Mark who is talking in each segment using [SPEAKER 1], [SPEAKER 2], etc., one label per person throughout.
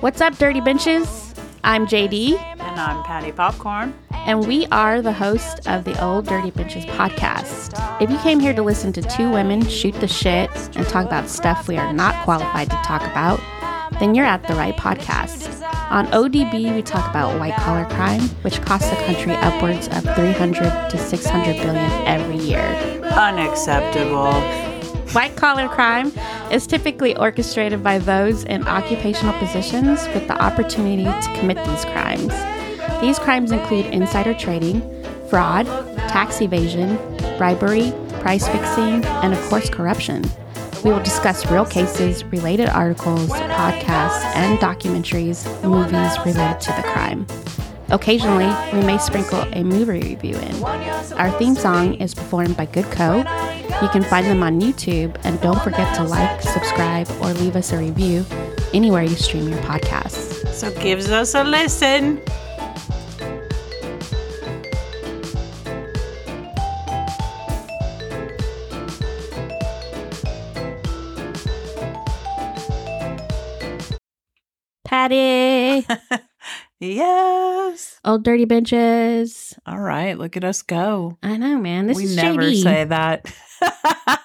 [SPEAKER 1] What's up, Dirty Benches? I'm JD,
[SPEAKER 2] And I'm Patty Popcorn.
[SPEAKER 1] and we are the host of the Old Dirty Benches podcast. If you came here to listen to two women shoot the shit and talk about stuff we are not qualified to talk about, then you're at the right podcast. On ODB, we talk about white collar crime, which costs the country upwards of 300 to 600 billion every year.
[SPEAKER 2] Unacceptable.
[SPEAKER 1] White collar crime is typically orchestrated by those in occupational positions with the opportunity to commit these crimes. These crimes include insider trading, fraud, tax evasion, bribery, price fixing, and of course, corruption. We will discuss real cases, related articles, podcasts, and documentaries, movies related to the crime. Occasionally, we may sprinkle a movie review in. Our theme song is performed by Good Co. You can find them on YouTube, and don't forget to like, subscribe, or leave us a review anywhere you stream your podcasts.
[SPEAKER 2] So gives us a listen.
[SPEAKER 1] Patty,
[SPEAKER 2] Yes.
[SPEAKER 1] old dirty benches.
[SPEAKER 2] All right, look at us go.
[SPEAKER 1] I know, man. This
[SPEAKER 2] we
[SPEAKER 1] is
[SPEAKER 2] never
[SPEAKER 1] shady.
[SPEAKER 2] say that.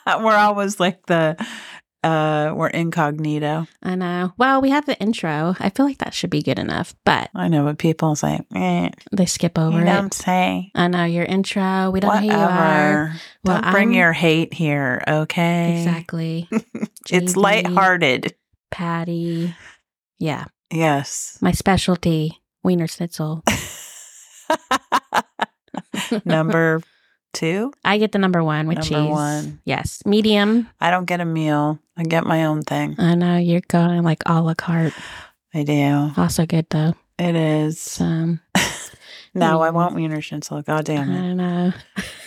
[SPEAKER 2] we're always like the uh we're incognito.
[SPEAKER 1] I know. Well, we have the intro. I feel like that should be good enough, but
[SPEAKER 2] I know, but people say, eh,
[SPEAKER 1] they skip over
[SPEAKER 2] you
[SPEAKER 1] it.
[SPEAKER 2] don't say.
[SPEAKER 1] I know your intro. We don't
[SPEAKER 2] Whatever.
[SPEAKER 1] hear you are. Well,
[SPEAKER 2] don't bring
[SPEAKER 1] I'm-
[SPEAKER 2] your hate here, okay?
[SPEAKER 1] Exactly.
[SPEAKER 2] It's
[SPEAKER 1] JD,
[SPEAKER 2] lighthearted.
[SPEAKER 1] Patty. Yeah.
[SPEAKER 2] Yes.
[SPEAKER 1] My specialty, Wiener Schnitzel.
[SPEAKER 2] Number two.
[SPEAKER 1] I get the number one with
[SPEAKER 2] Number
[SPEAKER 1] cheese.
[SPEAKER 2] one.
[SPEAKER 1] Yes. Medium.
[SPEAKER 2] I don't get a meal. I get my own thing.
[SPEAKER 1] I know you're going like a la carte.
[SPEAKER 2] I do.
[SPEAKER 1] Also good though.
[SPEAKER 2] It is.
[SPEAKER 1] So
[SPEAKER 2] No, I
[SPEAKER 1] Mm.
[SPEAKER 2] want Wiener Schnitzel. God
[SPEAKER 1] I
[SPEAKER 2] damn it.
[SPEAKER 1] don't know.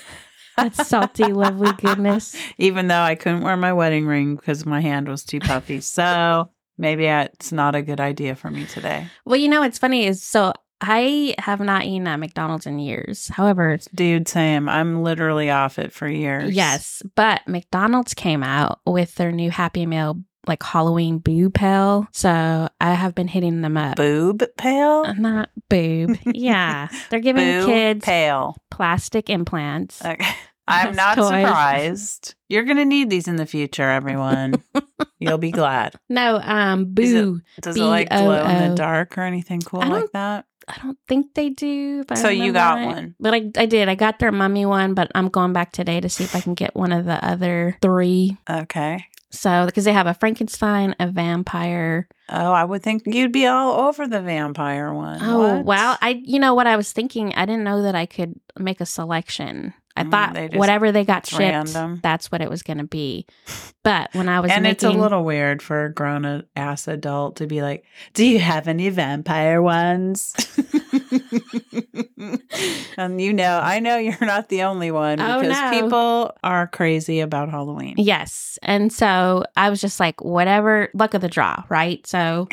[SPEAKER 1] That's salty, lovely goodness.
[SPEAKER 2] Even though I couldn't wear my wedding ring because my hand was too puffy. So maybe it's not a good idea for me today.
[SPEAKER 1] Well, you know what's funny is so I have not eaten at McDonald's in years. However,
[SPEAKER 2] Dude, Sam, I'm literally off it for years.
[SPEAKER 1] yes, but McDonald's came out with their new Happy Meal like Halloween boo pill. So I have been hitting them up. Uh,
[SPEAKER 2] Boob pale?
[SPEAKER 1] Not boob. Yeah. They're giving
[SPEAKER 2] Boo
[SPEAKER 1] kids
[SPEAKER 2] pale.
[SPEAKER 1] plastic implants.
[SPEAKER 2] Okay. I'm
[SPEAKER 1] As
[SPEAKER 2] not
[SPEAKER 1] toys.
[SPEAKER 2] surprised. You're going to need these in the future, everyone. You'll be glad.
[SPEAKER 1] No, um,
[SPEAKER 2] Is it
[SPEAKER 1] boo.
[SPEAKER 2] Does it like glow in
[SPEAKER 1] B-O-O.
[SPEAKER 2] the dark or anything cool
[SPEAKER 1] I
[SPEAKER 2] like
[SPEAKER 1] don't-
[SPEAKER 2] that?
[SPEAKER 1] I don't think they do. If I
[SPEAKER 2] So you
[SPEAKER 1] remember
[SPEAKER 2] got
[SPEAKER 1] right.
[SPEAKER 2] one.
[SPEAKER 1] but I, I did. I got their mummy one, but I'm going back today to see if I can get one of the other three.
[SPEAKER 2] Okay.
[SPEAKER 1] So because they have a Frankenstein, a vampire.
[SPEAKER 2] Oh, I would think you'd be all over the vampire one.
[SPEAKER 1] Oh
[SPEAKER 2] What?
[SPEAKER 1] wow! I you know what I was thinking? I didn't know that I could make a selection. I
[SPEAKER 2] Mm,
[SPEAKER 1] thought
[SPEAKER 2] they just-
[SPEAKER 1] whatever they got shipped,
[SPEAKER 2] random.
[SPEAKER 1] that's what it was going to be. But when I was
[SPEAKER 2] and it's a
[SPEAKER 1] making-
[SPEAKER 2] little weird for a grown ass adult to be like, "Do you have any vampire ones?" and you know, I know you're not the only one
[SPEAKER 1] Oh,
[SPEAKER 2] because
[SPEAKER 1] no.
[SPEAKER 2] people are crazy about Halloween.
[SPEAKER 1] Yes. And so I was just like, whatever, luck of the draw, right? So,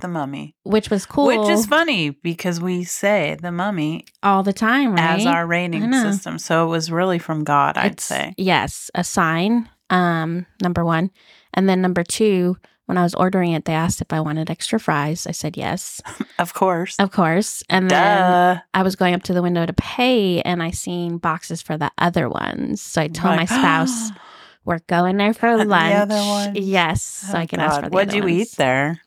[SPEAKER 2] The Mummy,
[SPEAKER 1] which was cool.
[SPEAKER 2] which is funny because we say the Mummy
[SPEAKER 1] all the time, right?
[SPEAKER 2] as our rating
[SPEAKER 1] know.
[SPEAKER 2] system, so it was really from God, I'd
[SPEAKER 1] It's-
[SPEAKER 2] say.
[SPEAKER 1] Yes, a sign, um, number one. And then number two, when I was ordering it, they asked if I wanted extra fries. I said yes,
[SPEAKER 2] Of course,
[SPEAKER 1] of course. And then
[SPEAKER 2] duh.
[SPEAKER 1] I was going up to the window to pay and I seen boxes for the other ones. So I told
[SPEAKER 2] Like,
[SPEAKER 1] my spouse, we're going there for
[SPEAKER 2] the
[SPEAKER 1] lunch.
[SPEAKER 2] other ones.
[SPEAKER 1] Yes. so I
[SPEAKER 2] Oh,
[SPEAKER 1] can ask
[SPEAKER 2] God.
[SPEAKER 1] for the
[SPEAKER 2] What'd
[SPEAKER 1] other
[SPEAKER 2] you
[SPEAKER 1] ones. Mm.
[SPEAKER 2] eat there?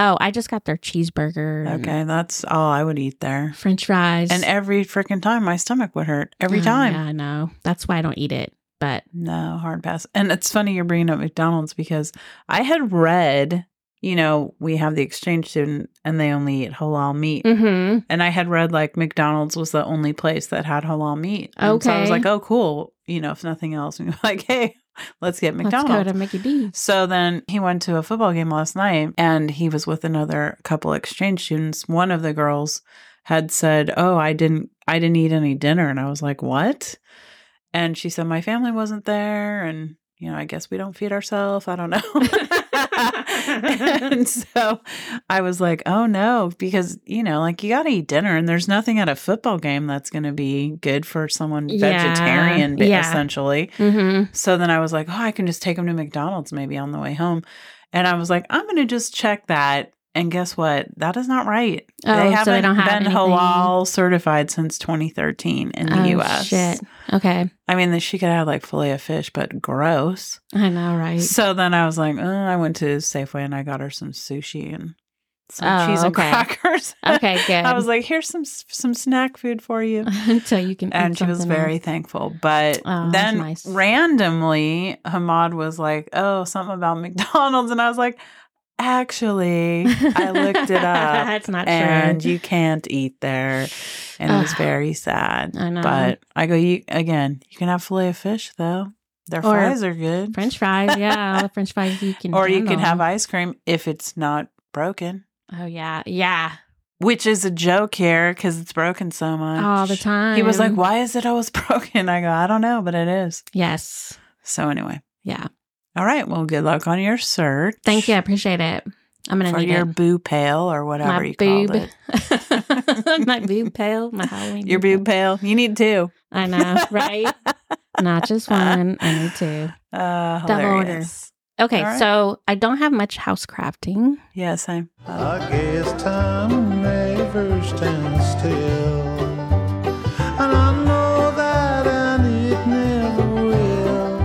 [SPEAKER 1] Oh, I just got their cheeseburger. and
[SPEAKER 2] Okay, that's all I would eat there.
[SPEAKER 1] French fries.
[SPEAKER 2] And every freaking time, my stomach would hurt every
[SPEAKER 1] Oh,
[SPEAKER 2] time.
[SPEAKER 1] Yeah, I know. That's why I don't eat it. But
[SPEAKER 2] No, hard pass. And it's funny you're bringing up McDonald's because I had read, you know, we have the exchange student and they only eat halal meat.
[SPEAKER 1] mm-hmm.
[SPEAKER 2] And I had read like McDonald's was the only place that had halal meat. And So I was
[SPEAKER 1] Okay.
[SPEAKER 2] like, oh, cool. You know, if nothing else, we were like, hey, let's get
[SPEAKER 1] let's go
[SPEAKER 2] McDonald's.
[SPEAKER 1] to Mickey D's.
[SPEAKER 2] So then he went to a football game last night and he was with another couple exchange students. One of the girls had said, "Oh, I didn't I didn't eat any dinner." And I was like, "What?" And she said, "My family wasn't there and you know, I guess we don't feed ourselves. I don't know. and so I was like, oh no, because, you know, like you got to eat dinner and there's nothing at a football game that's going to be good for someone
[SPEAKER 1] Yeah,
[SPEAKER 2] vegetarian, ba-
[SPEAKER 1] yeah.
[SPEAKER 2] essentially.
[SPEAKER 1] Mm-hmm.
[SPEAKER 2] So then I was like, oh, I can just take them to McDonald's maybe on the way home. And I was like, I'm going to just check that And guess what? That is not right.
[SPEAKER 1] Oh,
[SPEAKER 2] they haven't
[SPEAKER 1] so they don't have
[SPEAKER 2] been
[SPEAKER 1] anything.
[SPEAKER 2] halal certified since 2013 in the
[SPEAKER 1] oh,
[SPEAKER 2] U.S.
[SPEAKER 1] Shit. Okay.
[SPEAKER 2] I mean, that she could have like fillet of fish, but gross.
[SPEAKER 1] I know, right?
[SPEAKER 2] So then I was like, uh, I went to Safeway and I got her some sushi and some
[SPEAKER 1] Oh,
[SPEAKER 2] cheese and
[SPEAKER 1] okay.
[SPEAKER 2] crackers.
[SPEAKER 1] okay, good.
[SPEAKER 2] I was like, here's some some snack food for you.
[SPEAKER 1] Until you can. eat
[SPEAKER 2] and she was
[SPEAKER 1] something
[SPEAKER 2] very
[SPEAKER 1] else.
[SPEAKER 2] thankful. But
[SPEAKER 1] Oh, that's
[SPEAKER 2] then
[SPEAKER 1] nice.
[SPEAKER 2] randomly, Hamad was like, "Oh, something about McDonald's," and I was like, "Actually, I looked it up,
[SPEAKER 1] That's not
[SPEAKER 2] and
[SPEAKER 1] true.
[SPEAKER 2] you can't eat there," and it was
[SPEAKER 1] Ugh. Uh-huh.
[SPEAKER 2] very sad.
[SPEAKER 1] I know.
[SPEAKER 2] But I go, you again. You can have fillet of fish though. Their
[SPEAKER 1] Or
[SPEAKER 2] fries are good.
[SPEAKER 1] French fries, yeah, all the French fries you can.
[SPEAKER 2] or you can have
[SPEAKER 1] handle.
[SPEAKER 2] ice cream if it's not broken,
[SPEAKER 1] Oh yeah, yeah,
[SPEAKER 2] which is a joke here because it's broken so much
[SPEAKER 1] all the time.
[SPEAKER 2] He was like, "Why is it always broken?" I go, "I don't know, but it is."
[SPEAKER 1] Yes,
[SPEAKER 2] So anyway,
[SPEAKER 1] yeah.
[SPEAKER 2] all right. Well, good luck on your search.
[SPEAKER 1] Thank you, I appreciate it. I'm gonna
[SPEAKER 2] for
[SPEAKER 1] need
[SPEAKER 2] your
[SPEAKER 1] it.
[SPEAKER 2] boo pail or whatever
[SPEAKER 1] my
[SPEAKER 2] you
[SPEAKER 1] boob,
[SPEAKER 2] called it.
[SPEAKER 1] my boob pail, my Halloween.
[SPEAKER 2] Your boo pail. You need two.
[SPEAKER 1] I know, right? Not just one. I need two.
[SPEAKER 2] Uh,
[SPEAKER 1] Double order.
[SPEAKER 2] hilarious.
[SPEAKER 1] Okay,
[SPEAKER 2] All right.
[SPEAKER 1] so I don't have much house crafting.
[SPEAKER 2] Yeah, same. Uh,
[SPEAKER 3] I guess time never stands still. And I know that and it never will.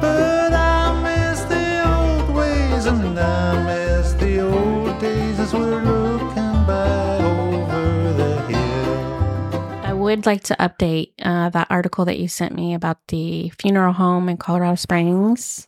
[SPEAKER 3] But I miss the old ways and I miss the old days as we're looking back over the hill.
[SPEAKER 1] I would like to update uh, that article that you sent me about the funeral home in Colorado Springs.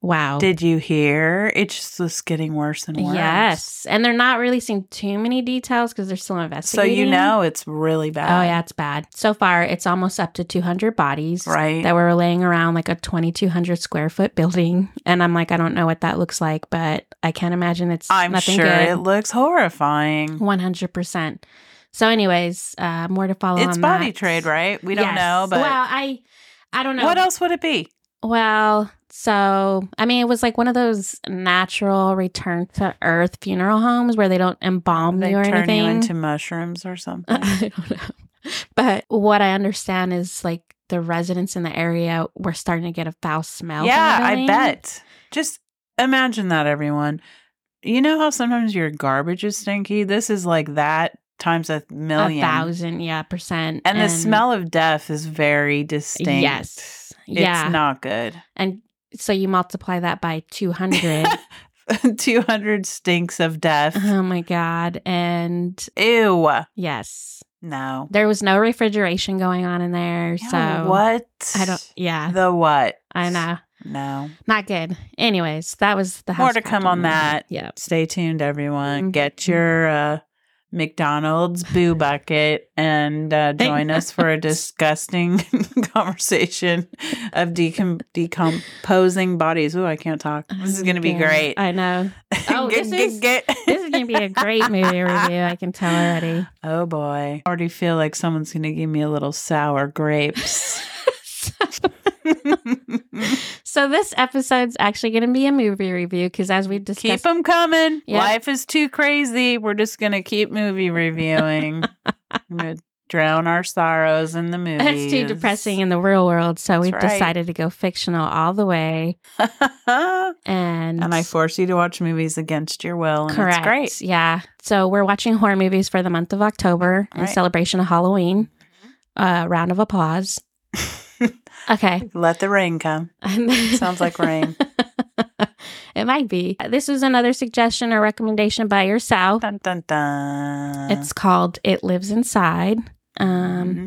[SPEAKER 1] Wow.
[SPEAKER 2] Did you hear? It's just was getting worse and worse.
[SPEAKER 1] Yes, and they're not releasing too many details because they're still
[SPEAKER 2] So
[SPEAKER 1] investigating.
[SPEAKER 2] you know it's really
[SPEAKER 1] Oh
[SPEAKER 2] bad.
[SPEAKER 1] yeah, it's bad. So far, it's almost up to 200 bodies
[SPEAKER 2] Right.
[SPEAKER 1] that were laying around like a 2,200 square foot building, and I'm like, I don't know what that looks like, but I can't imagine it's
[SPEAKER 2] I'm
[SPEAKER 1] nothing
[SPEAKER 2] sure it
[SPEAKER 1] good.
[SPEAKER 2] looks horrifying.
[SPEAKER 1] 100. percent So, anyways, uh, more to follow.
[SPEAKER 2] It's
[SPEAKER 1] on
[SPEAKER 2] body
[SPEAKER 1] that.
[SPEAKER 2] trade, right? We don't
[SPEAKER 1] Yes.
[SPEAKER 2] know, but
[SPEAKER 1] well, I, I don't know.
[SPEAKER 2] what else would it be?
[SPEAKER 1] Well, so I mean, it was like one of those natural return to earth funeral homes where they don't embalm
[SPEAKER 2] They
[SPEAKER 1] you or
[SPEAKER 2] turn
[SPEAKER 1] anything. Uh,
[SPEAKER 2] you into mushrooms or something.
[SPEAKER 1] I don't know. But what I understand is like the residents in the area were starting to get a foul smell. from the
[SPEAKER 2] Yeah, I
[SPEAKER 1] building.
[SPEAKER 2] bet. Just imagine that, everyone. You know how sometimes your garbage is stinky? This is like that times a
[SPEAKER 1] a
[SPEAKER 2] million.
[SPEAKER 1] thousand, yeah, percent.
[SPEAKER 2] And, the smell of death is very distinct.
[SPEAKER 1] Yes.
[SPEAKER 2] It's
[SPEAKER 1] Yeah.
[SPEAKER 2] not good.
[SPEAKER 1] and so you multiply that by 200.
[SPEAKER 2] 200 stinks of death.
[SPEAKER 1] oh my God. And
[SPEAKER 2] Ew.
[SPEAKER 1] yes,
[SPEAKER 2] No.
[SPEAKER 1] there was no refrigeration going on in there.
[SPEAKER 2] No,
[SPEAKER 1] so
[SPEAKER 2] what?
[SPEAKER 1] I don't, yeah,
[SPEAKER 2] The what?
[SPEAKER 1] I know.
[SPEAKER 2] No.
[SPEAKER 1] Not good. Anyways, that was the
[SPEAKER 2] More
[SPEAKER 1] house
[SPEAKER 2] to come
[SPEAKER 1] crafting
[SPEAKER 2] on that.
[SPEAKER 1] Yeah.
[SPEAKER 2] Stay tuned, everyone.
[SPEAKER 1] Mhm.
[SPEAKER 2] Get your uh, McDonald's boo bucket and uh, join us for a disgusting conversation of decom- decomposing bodies. Ooh, I can't talk. This is going to be
[SPEAKER 1] Yeah,
[SPEAKER 2] great.
[SPEAKER 1] Oh I know. Oh, this is- This is going to be a great movie review. I can tell already.
[SPEAKER 2] Oh boy. I already feel like someone's going to give me a little sour grapes.
[SPEAKER 1] so this episode's actually going to be a movie review because as we discussed,
[SPEAKER 2] keep them coming.
[SPEAKER 1] Yeah.
[SPEAKER 2] Life is too crazy. We're just going to keep movie reviewing. I'm gonna drown our sorrows in the movies.
[SPEAKER 1] it's too depressing in the real world. So we've
[SPEAKER 2] right.
[SPEAKER 1] decided to go fictional all the way.
[SPEAKER 2] and
[SPEAKER 1] And
[SPEAKER 2] I force you to watch movies against your will. And
[SPEAKER 1] correct,
[SPEAKER 2] It's great.
[SPEAKER 1] yeah. So we're watching horror movies for the month of October in
[SPEAKER 2] Right. Mm-hmm.
[SPEAKER 1] celebration of Halloween. Uh, round of applause. okay.
[SPEAKER 2] Let the rain come. Sounds like rain.
[SPEAKER 1] it might be. This is another suggestion or recommendation by yourself.
[SPEAKER 2] Dun, dun, dun.
[SPEAKER 1] It's um, called It Lives Inside. Um,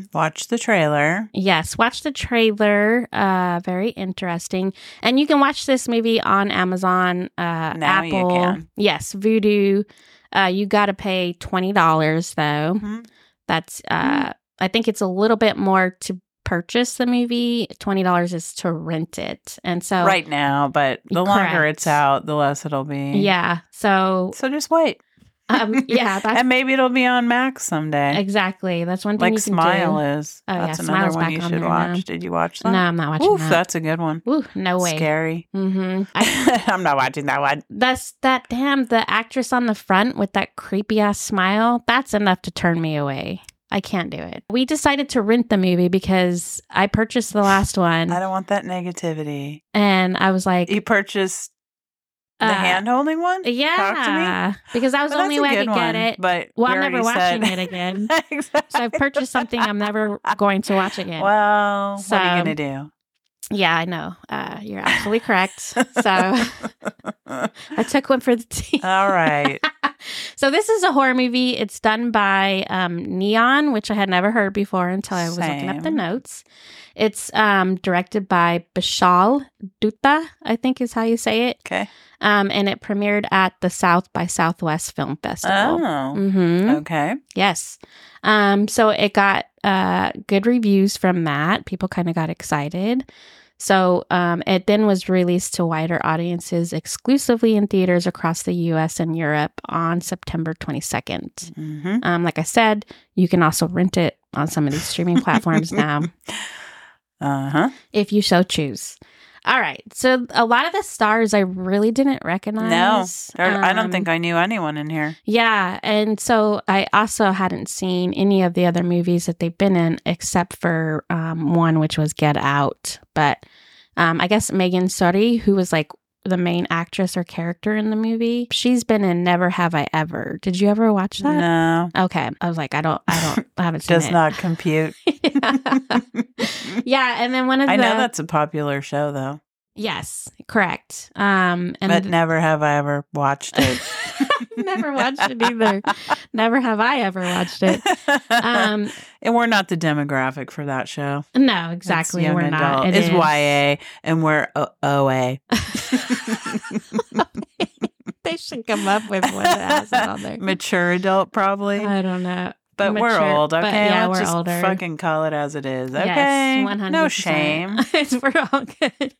[SPEAKER 2] Mhm. watch the trailer.
[SPEAKER 1] Yes, watch the trailer. Uh, very interesting. And you can watch this movie on Amazon, uh,
[SPEAKER 2] Now you
[SPEAKER 1] Apple.
[SPEAKER 2] can.
[SPEAKER 1] Yes, Voodoo. Uh, you got to pay $20 though.
[SPEAKER 2] Mhm.
[SPEAKER 1] That's
[SPEAKER 2] Mm-hmm.
[SPEAKER 1] uh I think it's a little bit more to purchase the movie. $20 is to rent it. And so
[SPEAKER 2] Right now, but the longer
[SPEAKER 1] Oh. Correct.
[SPEAKER 2] it's out, the less it'll be.
[SPEAKER 1] Yeah. So
[SPEAKER 2] So just wait.
[SPEAKER 1] um yeah, that's
[SPEAKER 2] and maybe it'll be on Max someday.
[SPEAKER 1] exactly. That's one
[SPEAKER 2] Like
[SPEAKER 1] thing you can
[SPEAKER 2] Smile
[SPEAKER 1] do.
[SPEAKER 2] is.
[SPEAKER 1] Oh, yeah,
[SPEAKER 2] that's another
[SPEAKER 1] Smile's
[SPEAKER 2] one
[SPEAKER 1] back
[SPEAKER 2] you
[SPEAKER 1] on
[SPEAKER 2] should
[SPEAKER 1] there now.
[SPEAKER 2] watch. Did you watch
[SPEAKER 1] No,
[SPEAKER 2] that?
[SPEAKER 1] I'm not watching
[SPEAKER 2] Oof,
[SPEAKER 1] that.
[SPEAKER 2] that's a good one.
[SPEAKER 1] Ooh, no way.
[SPEAKER 2] Scary.
[SPEAKER 1] Mm-hmm. I,
[SPEAKER 2] I'm not watching that one.
[SPEAKER 1] that's that damn the actress on the front with that creepy ass smile. That's enough to turn me away. I can't do it. We decided to rent the movie because I purchased the last one
[SPEAKER 2] I don't want that negativity.
[SPEAKER 1] and I was like,
[SPEAKER 2] You purchased The
[SPEAKER 1] Uh,
[SPEAKER 2] hand holding one?
[SPEAKER 1] Yeah.
[SPEAKER 2] Talk to me.
[SPEAKER 1] Because that was
[SPEAKER 2] But
[SPEAKER 1] the only
[SPEAKER 2] that's a
[SPEAKER 1] way I
[SPEAKER 2] good
[SPEAKER 1] could get
[SPEAKER 2] one,
[SPEAKER 1] it.
[SPEAKER 2] But
[SPEAKER 1] well,
[SPEAKER 2] we
[SPEAKER 1] I'm never
[SPEAKER 2] already said-
[SPEAKER 1] watching it again.
[SPEAKER 2] exactly.
[SPEAKER 1] So I've purchased something I'm never going to watch again.
[SPEAKER 2] Well, what are you
[SPEAKER 1] So-
[SPEAKER 2] going to
[SPEAKER 1] Yeah, I know. Uh, you're absolutely correct. So I
[SPEAKER 2] do?
[SPEAKER 1] took one for the team.
[SPEAKER 2] All right.
[SPEAKER 1] so this is a horror movie. It's done by um, Neon, which I had never heard before until I was looking up the
[SPEAKER 2] Same.
[SPEAKER 1] notes. It's um, directed by Bishal Dutta, I think is how you say it.
[SPEAKER 2] Okay.
[SPEAKER 1] Um, and it premiered at the South by Southwest Film Festival.
[SPEAKER 2] Oh.
[SPEAKER 1] hmm
[SPEAKER 2] Okay.
[SPEAKER 1] Yes. Um, so it got uh, good reviews from that. People kind of got excited. So um, it then was released to wider audiences exclusively in theaters across the US and Europe on September 22nd.
[SPEAKER 2] hmm
[SPEAKER 1] Um, like I said, you can also rent it on some of these streaming platforms now
[SPEAKER 2] Uh huh.
[SPEAKER 1] if you so choose. All right. So a lot of the stars I really didn't recognize.
[SPEAKER 2] I don't
[SPEAKER 1] Um,
[SPEAKER 2] think I knew anyone in here.
[SPEAKER 1] Yeah, and so I also hadn't seen any of the other movies that they've been in except for um, one, which was Get Out. But um, I guess Megan Suri, who was like the main actress or character in the movie, she's been in Never Have I Ever. Did you ever watch that?
[SPEAKER 2] No,
[SPEAKER 1] Okay, I was like, I don't, I don't, I haven't seen
[SPEAKER 2] does
[SPEAKER 1] it.
[SPEAKER 2] not compute.
[SPEAKER 1] yeah. and then one of
[SPEAKER 2] I
[SPEAKER 1] the
[SPEAKER 2] know that's a popular show though,
[SPEAKER 1] yes, correct. Um, and
[SPEAKER 2] but never have I ever watched it.
[SPEAKER 1] never watched it either. Never have I ever watched it. Um,
[SPEAKER 2] and we're not the demographic for that show.
[SPEAKER 1] No,
[SPEAKER 2] It's
[SPEAKER 1] exactly.
[SPEAKER 2] young
[SPEAKER 1] We're not.
[SPEAKER 2] adult.
[SPEAKER 1] It
[SPEAKER 2] it's
[SPEAKER 1] is.
[SPEAKER 2] YA, and we're o- OA.
[SPEAKER 1] they should come up with one that has it on there.
[SPEAKER 2] Mature adult, probably.
[SPEAKER 1] I don't know.
[SPEAKER 2] but we're
[SPEAKER 1] Uh, mature-
[SPEAKER 2] old,
[SPEAKER 1] but
[SPEAKER 2] okay?
[SPEAKER 1] yeah,
[SPEAKER 2] Let's
[SPEAKER 1] we're
[SPEAKER 2] just
[SPEAKER 1] older.
[SPEAKER 2] fucking call it as it is, okay?
[SPEAKER 1] Yes, one hundred.
[SPEAKER 2] No shame.
[SPEAKER 1] we're all good.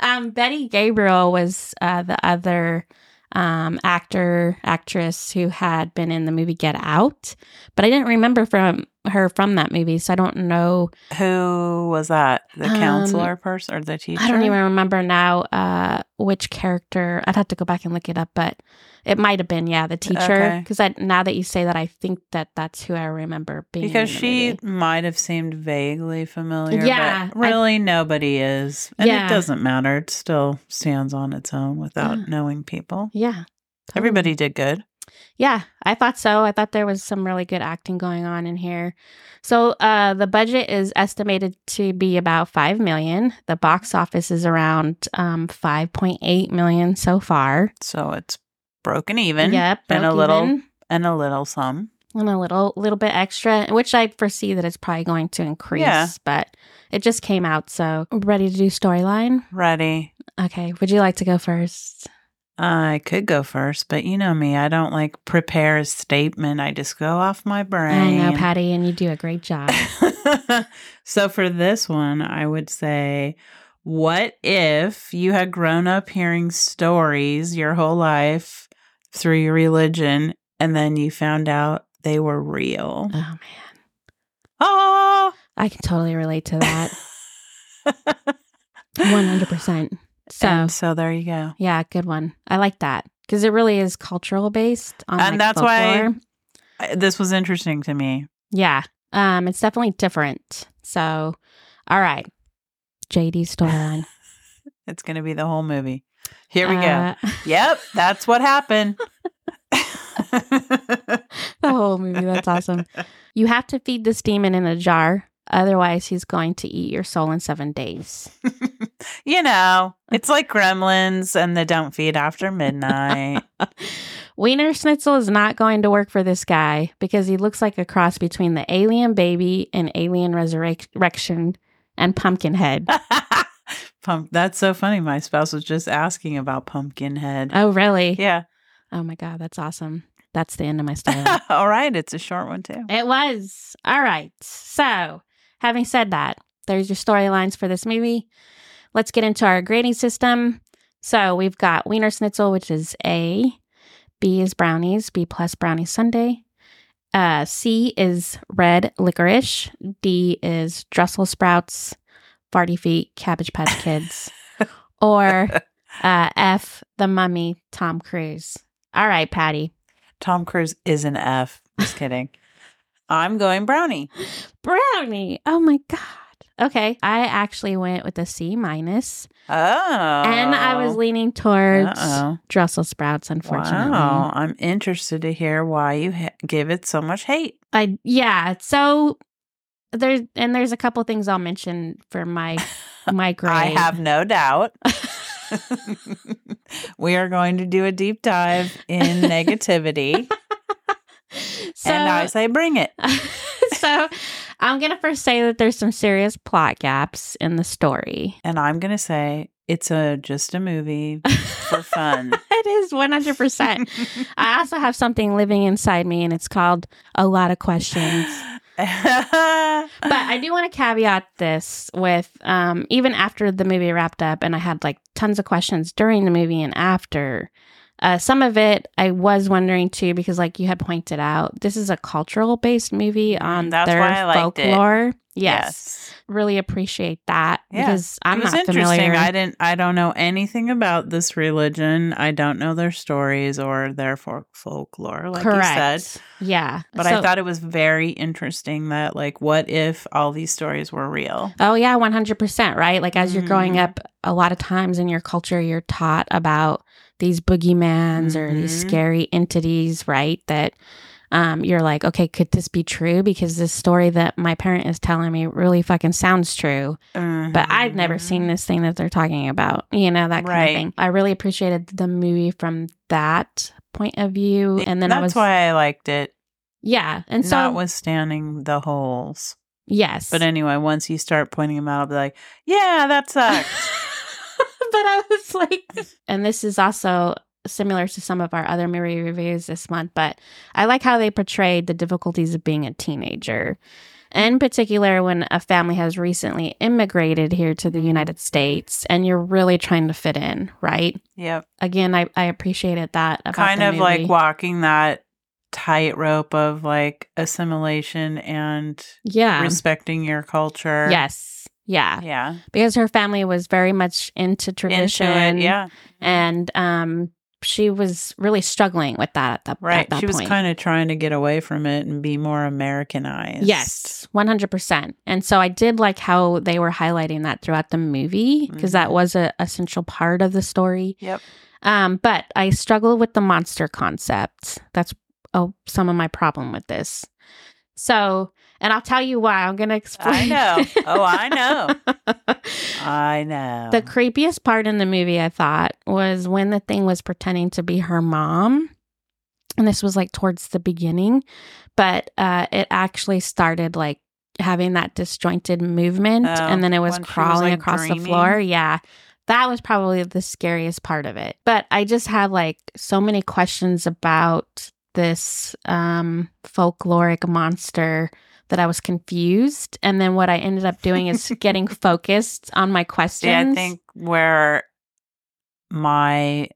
[SPEAKER 1] Um, Betty Gabriel was uh, the other um, actor actress who had been in the movie Get Out, but I didn't remember from her from that movie, so I don't know.
[SPEAKER 2] Who was that? The
[SPEAKER 1] Um,
[SPEAKER 2] counselor person or the teacher?
[SPEAKER 1] I don't even remember now uh, which character. I'd have to go back and look it up, but it might have been yeah, the teacher.
[SPEAKER 2] Okay.
[SPEAKER 1] Because now that you say that, I think that that's who I remember being. in
[SPEAKER 2] Because
[SPEAKER 1] the
[SPEAKER 2] she
[SPEAKER 1] movie.
[SPEAKER 2] might have seemed vaguely familiar,
[SPEAKER 1] Yeah,
[SPEAKER 2] but really nobody is. And
[SPEAKER 1] Yeah.
[SPEAKER 2] it doesn't matter. It still stands on its own without
[SPEAKER 1] Yeah.
[SPEAKER 2] knowing people.
[SPEAKER 1] yeah, totally.
[SPEAKER 2] Everybody did good.
[SPEAKER 1] Yeah, I thought so. I thought there was some really good acting going on in here. So uh, the budget is estimated to be about five million. The box office is around um, five point eight million so far.
[SPEAKER 2] So it's broken even
[SPEAKER 1] yep,
[SPEAKER 2] and a
[SPEAKER 1] broke
[SPEAKER 2] little-
[SPEAKER 1] even.
[SPEAKER 2] and a little some.
[SPEAKER 1] and a little little bit extra, which I foresee that it's probably going to increase.
[SPEAKER 2] Yeah.
[SPEAKER 1] But it just came out, so ready to do storyline.
[SPEAKER 2] Ready.
[SPEAKER 1] Okay, would you like to go first?
[SPEAKER 2] I could go first, but you know me. I don't like prepare a statement. I just go off my brain.
[SPEAKER 1] I know, Patty, and you do a great job. Oh,
[SPEAKER 2] so for this one, I would say, what if you had grown up hearing stories your whole life through your religion, and then you found out they were real?
[SPEAKER 1] oh man,
[SPEAKER 2] Oh,
[SPEAKER 1] I can totally relate to that, one hundred percent. So
[SPEAKER 2] and so there you go.
[SPEAKER 1] yeah, good one. I like that because it really is cultural based on
[SPEAKER 2] And
[SPEAKER 1] like,
[SPEAKER 2] that's why-
[SPEAKER 1] folklore.
[SPEAKER 2] I- This was interesting to me.
[SPEAKER 1] yeah, um, it's definitely different. So, all right, JD storyline.
[SPEAKER 2] It's going to be the whole movie. Here we go.
[SPEAKER 1] Uh,
[SPEAKER 2] Yep, that's what happened.
[SPEAKER 1] the whole movie. Oh, That's awesome. You have to feed this demon in a jar. Otherwise, he's going to eat your soul in seven days.
[SPEAKER 2] you know, it's like Gremlins and the Don't Feed After Midnight.
[SPEAKER 1] Wiener Schnitzel is not going to work for this guy because he looks like a cross between the alien baby and alien resurrection and Pumpkinhead.
[SPEAKER 2] Pump. That's so funny. My spouse was just asking about Pumpkinhead.
[SPEAKER 1] Oh, really?
[SPEAKER 2] yeah.
[SPEAKER 1] Oh, my God. That's awesome. That's the end of my story.
[SPEAKER 2] All right. It's a short one too.
[SPEAKER 1] It was. All right. So, having said that, there's your storylines for this movie. Let's get into our grading system. So, we've got Wiener Schnitzel, which is A. B is brownies, B plus brownie Sunday. Uh, C is red licorice. D is Drussel sprouts, farty feet, cabbage patch kids. or uh, F, the mummy, Tom Cruise. All right, Patty.
[SPEAKER 2] Tom Cruise is an F. Just kidding. I'm going brownie.
[SPEAKER 1] Brownie. Oh my God. Okay. I actually went with a C minus,
[SPEAKER 2] Oh.
[SPEAKER 1] and I was leaning towards
[SPEAKER 2] Uh-oh.
[SPEAKER 1] Brussels sprouts. Unfortunately,
[SPEAKER 2] Wow. I'm interested to hear why you ha- give it so much hate.
[SPEAKER 1] I yeah. So there's and there's a couple things I'll mention for my my grade.
[SPEAKER 2] I have no doubt. we are going to do a deep dive in negativity.
[SPEAKER 1] so,
[SPEAKER 2] and I say, bring it.
[SPEAKER 1] so I'm gonna first say that there's some serious plot gaps in the story.
[SPEAKER 2] And I'm going to say, it's a just a movie for fun.
[SPEAKER 1] It is 100%. I also have something living inside me, and it's called a lot of questions. But I do want to caveat this with um, even after the movie wrapped up, and I had like tons of questions during the movie and after. Uh, some of it I was wondering too, because like you had pointed out, this is a cultural based movie on
[SPEAKER 2] Mm-hmm. That's
[SPEAKER 1] their
[SPEAKER 2] why I liked it.
[SPEAKER 1] folklore. Yes. really appreciate that
[SPEAKER 2] Yeah.
[SPEAKER 1] because I'm
[SPEAKER 2] it was
[SPEAKER 1] not
[SPEAKER 2] interesting.
[SPEAKER 1] familiar.
[SPEAKER 2] I didn't. I don't know anything about this religion. I don't know their stories or their folk folklore, like
[SPEAKER 1] Correct.
[SPEAKER 2] you said.
[SPEAKER 1] Yeah,
[SPEAKER 2] But
[SPEAKER 1] So-
[SPEAKER 2] I thought it was very interesting that, like, what if all these stories were real?
[SPEAKER 1] Oh yeah, one hundred percent. Right, like as you're growing
[SPEAKER 2] Mhm.
[SPEAKER 1] up, a lot of times in your culture, you're taught about these boogeymans or these
[SPEAKER 2] Mhm.
[SPEAKER 1] scary entities, right? That um, you're like, okay, could this be true? Because this story that my parent is telling me really fucking sounds true, but I've never
[SPEAKER 2] Mhm.
[SPEAKER 1] seen this thing that they're talking about. You know that kind
[SPEAKER 2] Right.
[SPEAKER 1] of thing. I really appreciated the movie from that point of view, and then
[SPEAKER 2] that's
[SPEAKER 1] I was
[SPEAKER 2] why I liked it,
[SPEAKER 1] yeah, and so
[SPEAKER 2] notwithstanding the holes.
[SPEAKER 1] yes,
[SPEAKER 2] But anyway, once you start pointing them out, I'll be like, yeah, that
[SPEAKER 1] but
[SPEAKER 2] sucks.
[SPEAKER 1] I was like, and this is also similar to some of our other movie reviews this month, but I like how they portrayed the difficulties of being a teenager. In particular, when a family has recently immigrated here to the
[SPEAKER 2] Mm-hmm.
[SPEAKER 1] United States and you're really trying to fit in, right?
[SPEAKER 2] yep.
[SPEAKER 1] Again, I, I appreciated that. About
[SPEAKER 2] kind
[SPEAKER 1] the
[SPEAKER 2] of like
[SPEAKER 1] movie.
[SPEAKER 2] walking that tightrope of like assimilation and
[SPEAKER 1] Yeah.
[SPEAKER 2] respecting your culture.
[SPEAKER 1] yes. Yeah.
[SPEAKER 2] Yeah.
[SPEAKER 1] Because her family was very much into tradition.
[SPEAKER 2] Into it. Yeah.
[SPEAKER 1] and um she was really struggling with that at that,
[SPEAKER 2] Right.
[SPEAKER 1] at that
[SPEAKER 2] She was
[SPEAKER 1] point.
[SPEAKER 2] kind of trying to get away from it and be more Americanized.
[SPEAKER 1] yes 100% and so i did like how they were highlighting that throughout the movie because that
[SPEAKER 2] Mhm.
[SPEAKER 1] was a essential part of the story
[SPEAKER 2] Yep.
[SPEAKER 1] um but i struggle with the monster concept that's oh some of my problem with this so and i'll tell you why i'm gonna explain
[SPEAKER 2] know. Oh, I know.
[SPEAKER 1] know
[SPEAKER 2] I know.
[SPEAKER 1] The creepiest part in the movie, I thought, was when the thing was pretending to be her mom. And this was like towards the beginning, but uh, it actually started like having that disjointed movement.
[SPEAKER 2] Oh,
[SPEAKER 1] and then it was
[SPEAKER 2] when she was,
[SPEAKER 1] crawling
[SPEAKER 2] like,
[SPEAKER 1] across
[SPEAKER 2] dreaming?
[SPEAKER 1] the floor. Yeah. That was probably the scariest part of it. But I just had like so many questions about this um, folkloric monster that I was confused. And then what I ended up doing is getting focused on my questions.
[SPEAKER 2] Yeah, I think where my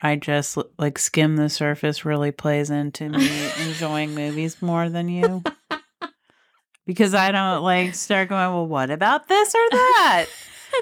[SPEAKER 2] I just like skim the surface really plays into me enjoying movies more than you. Because I don't like start going, well, what about this or that?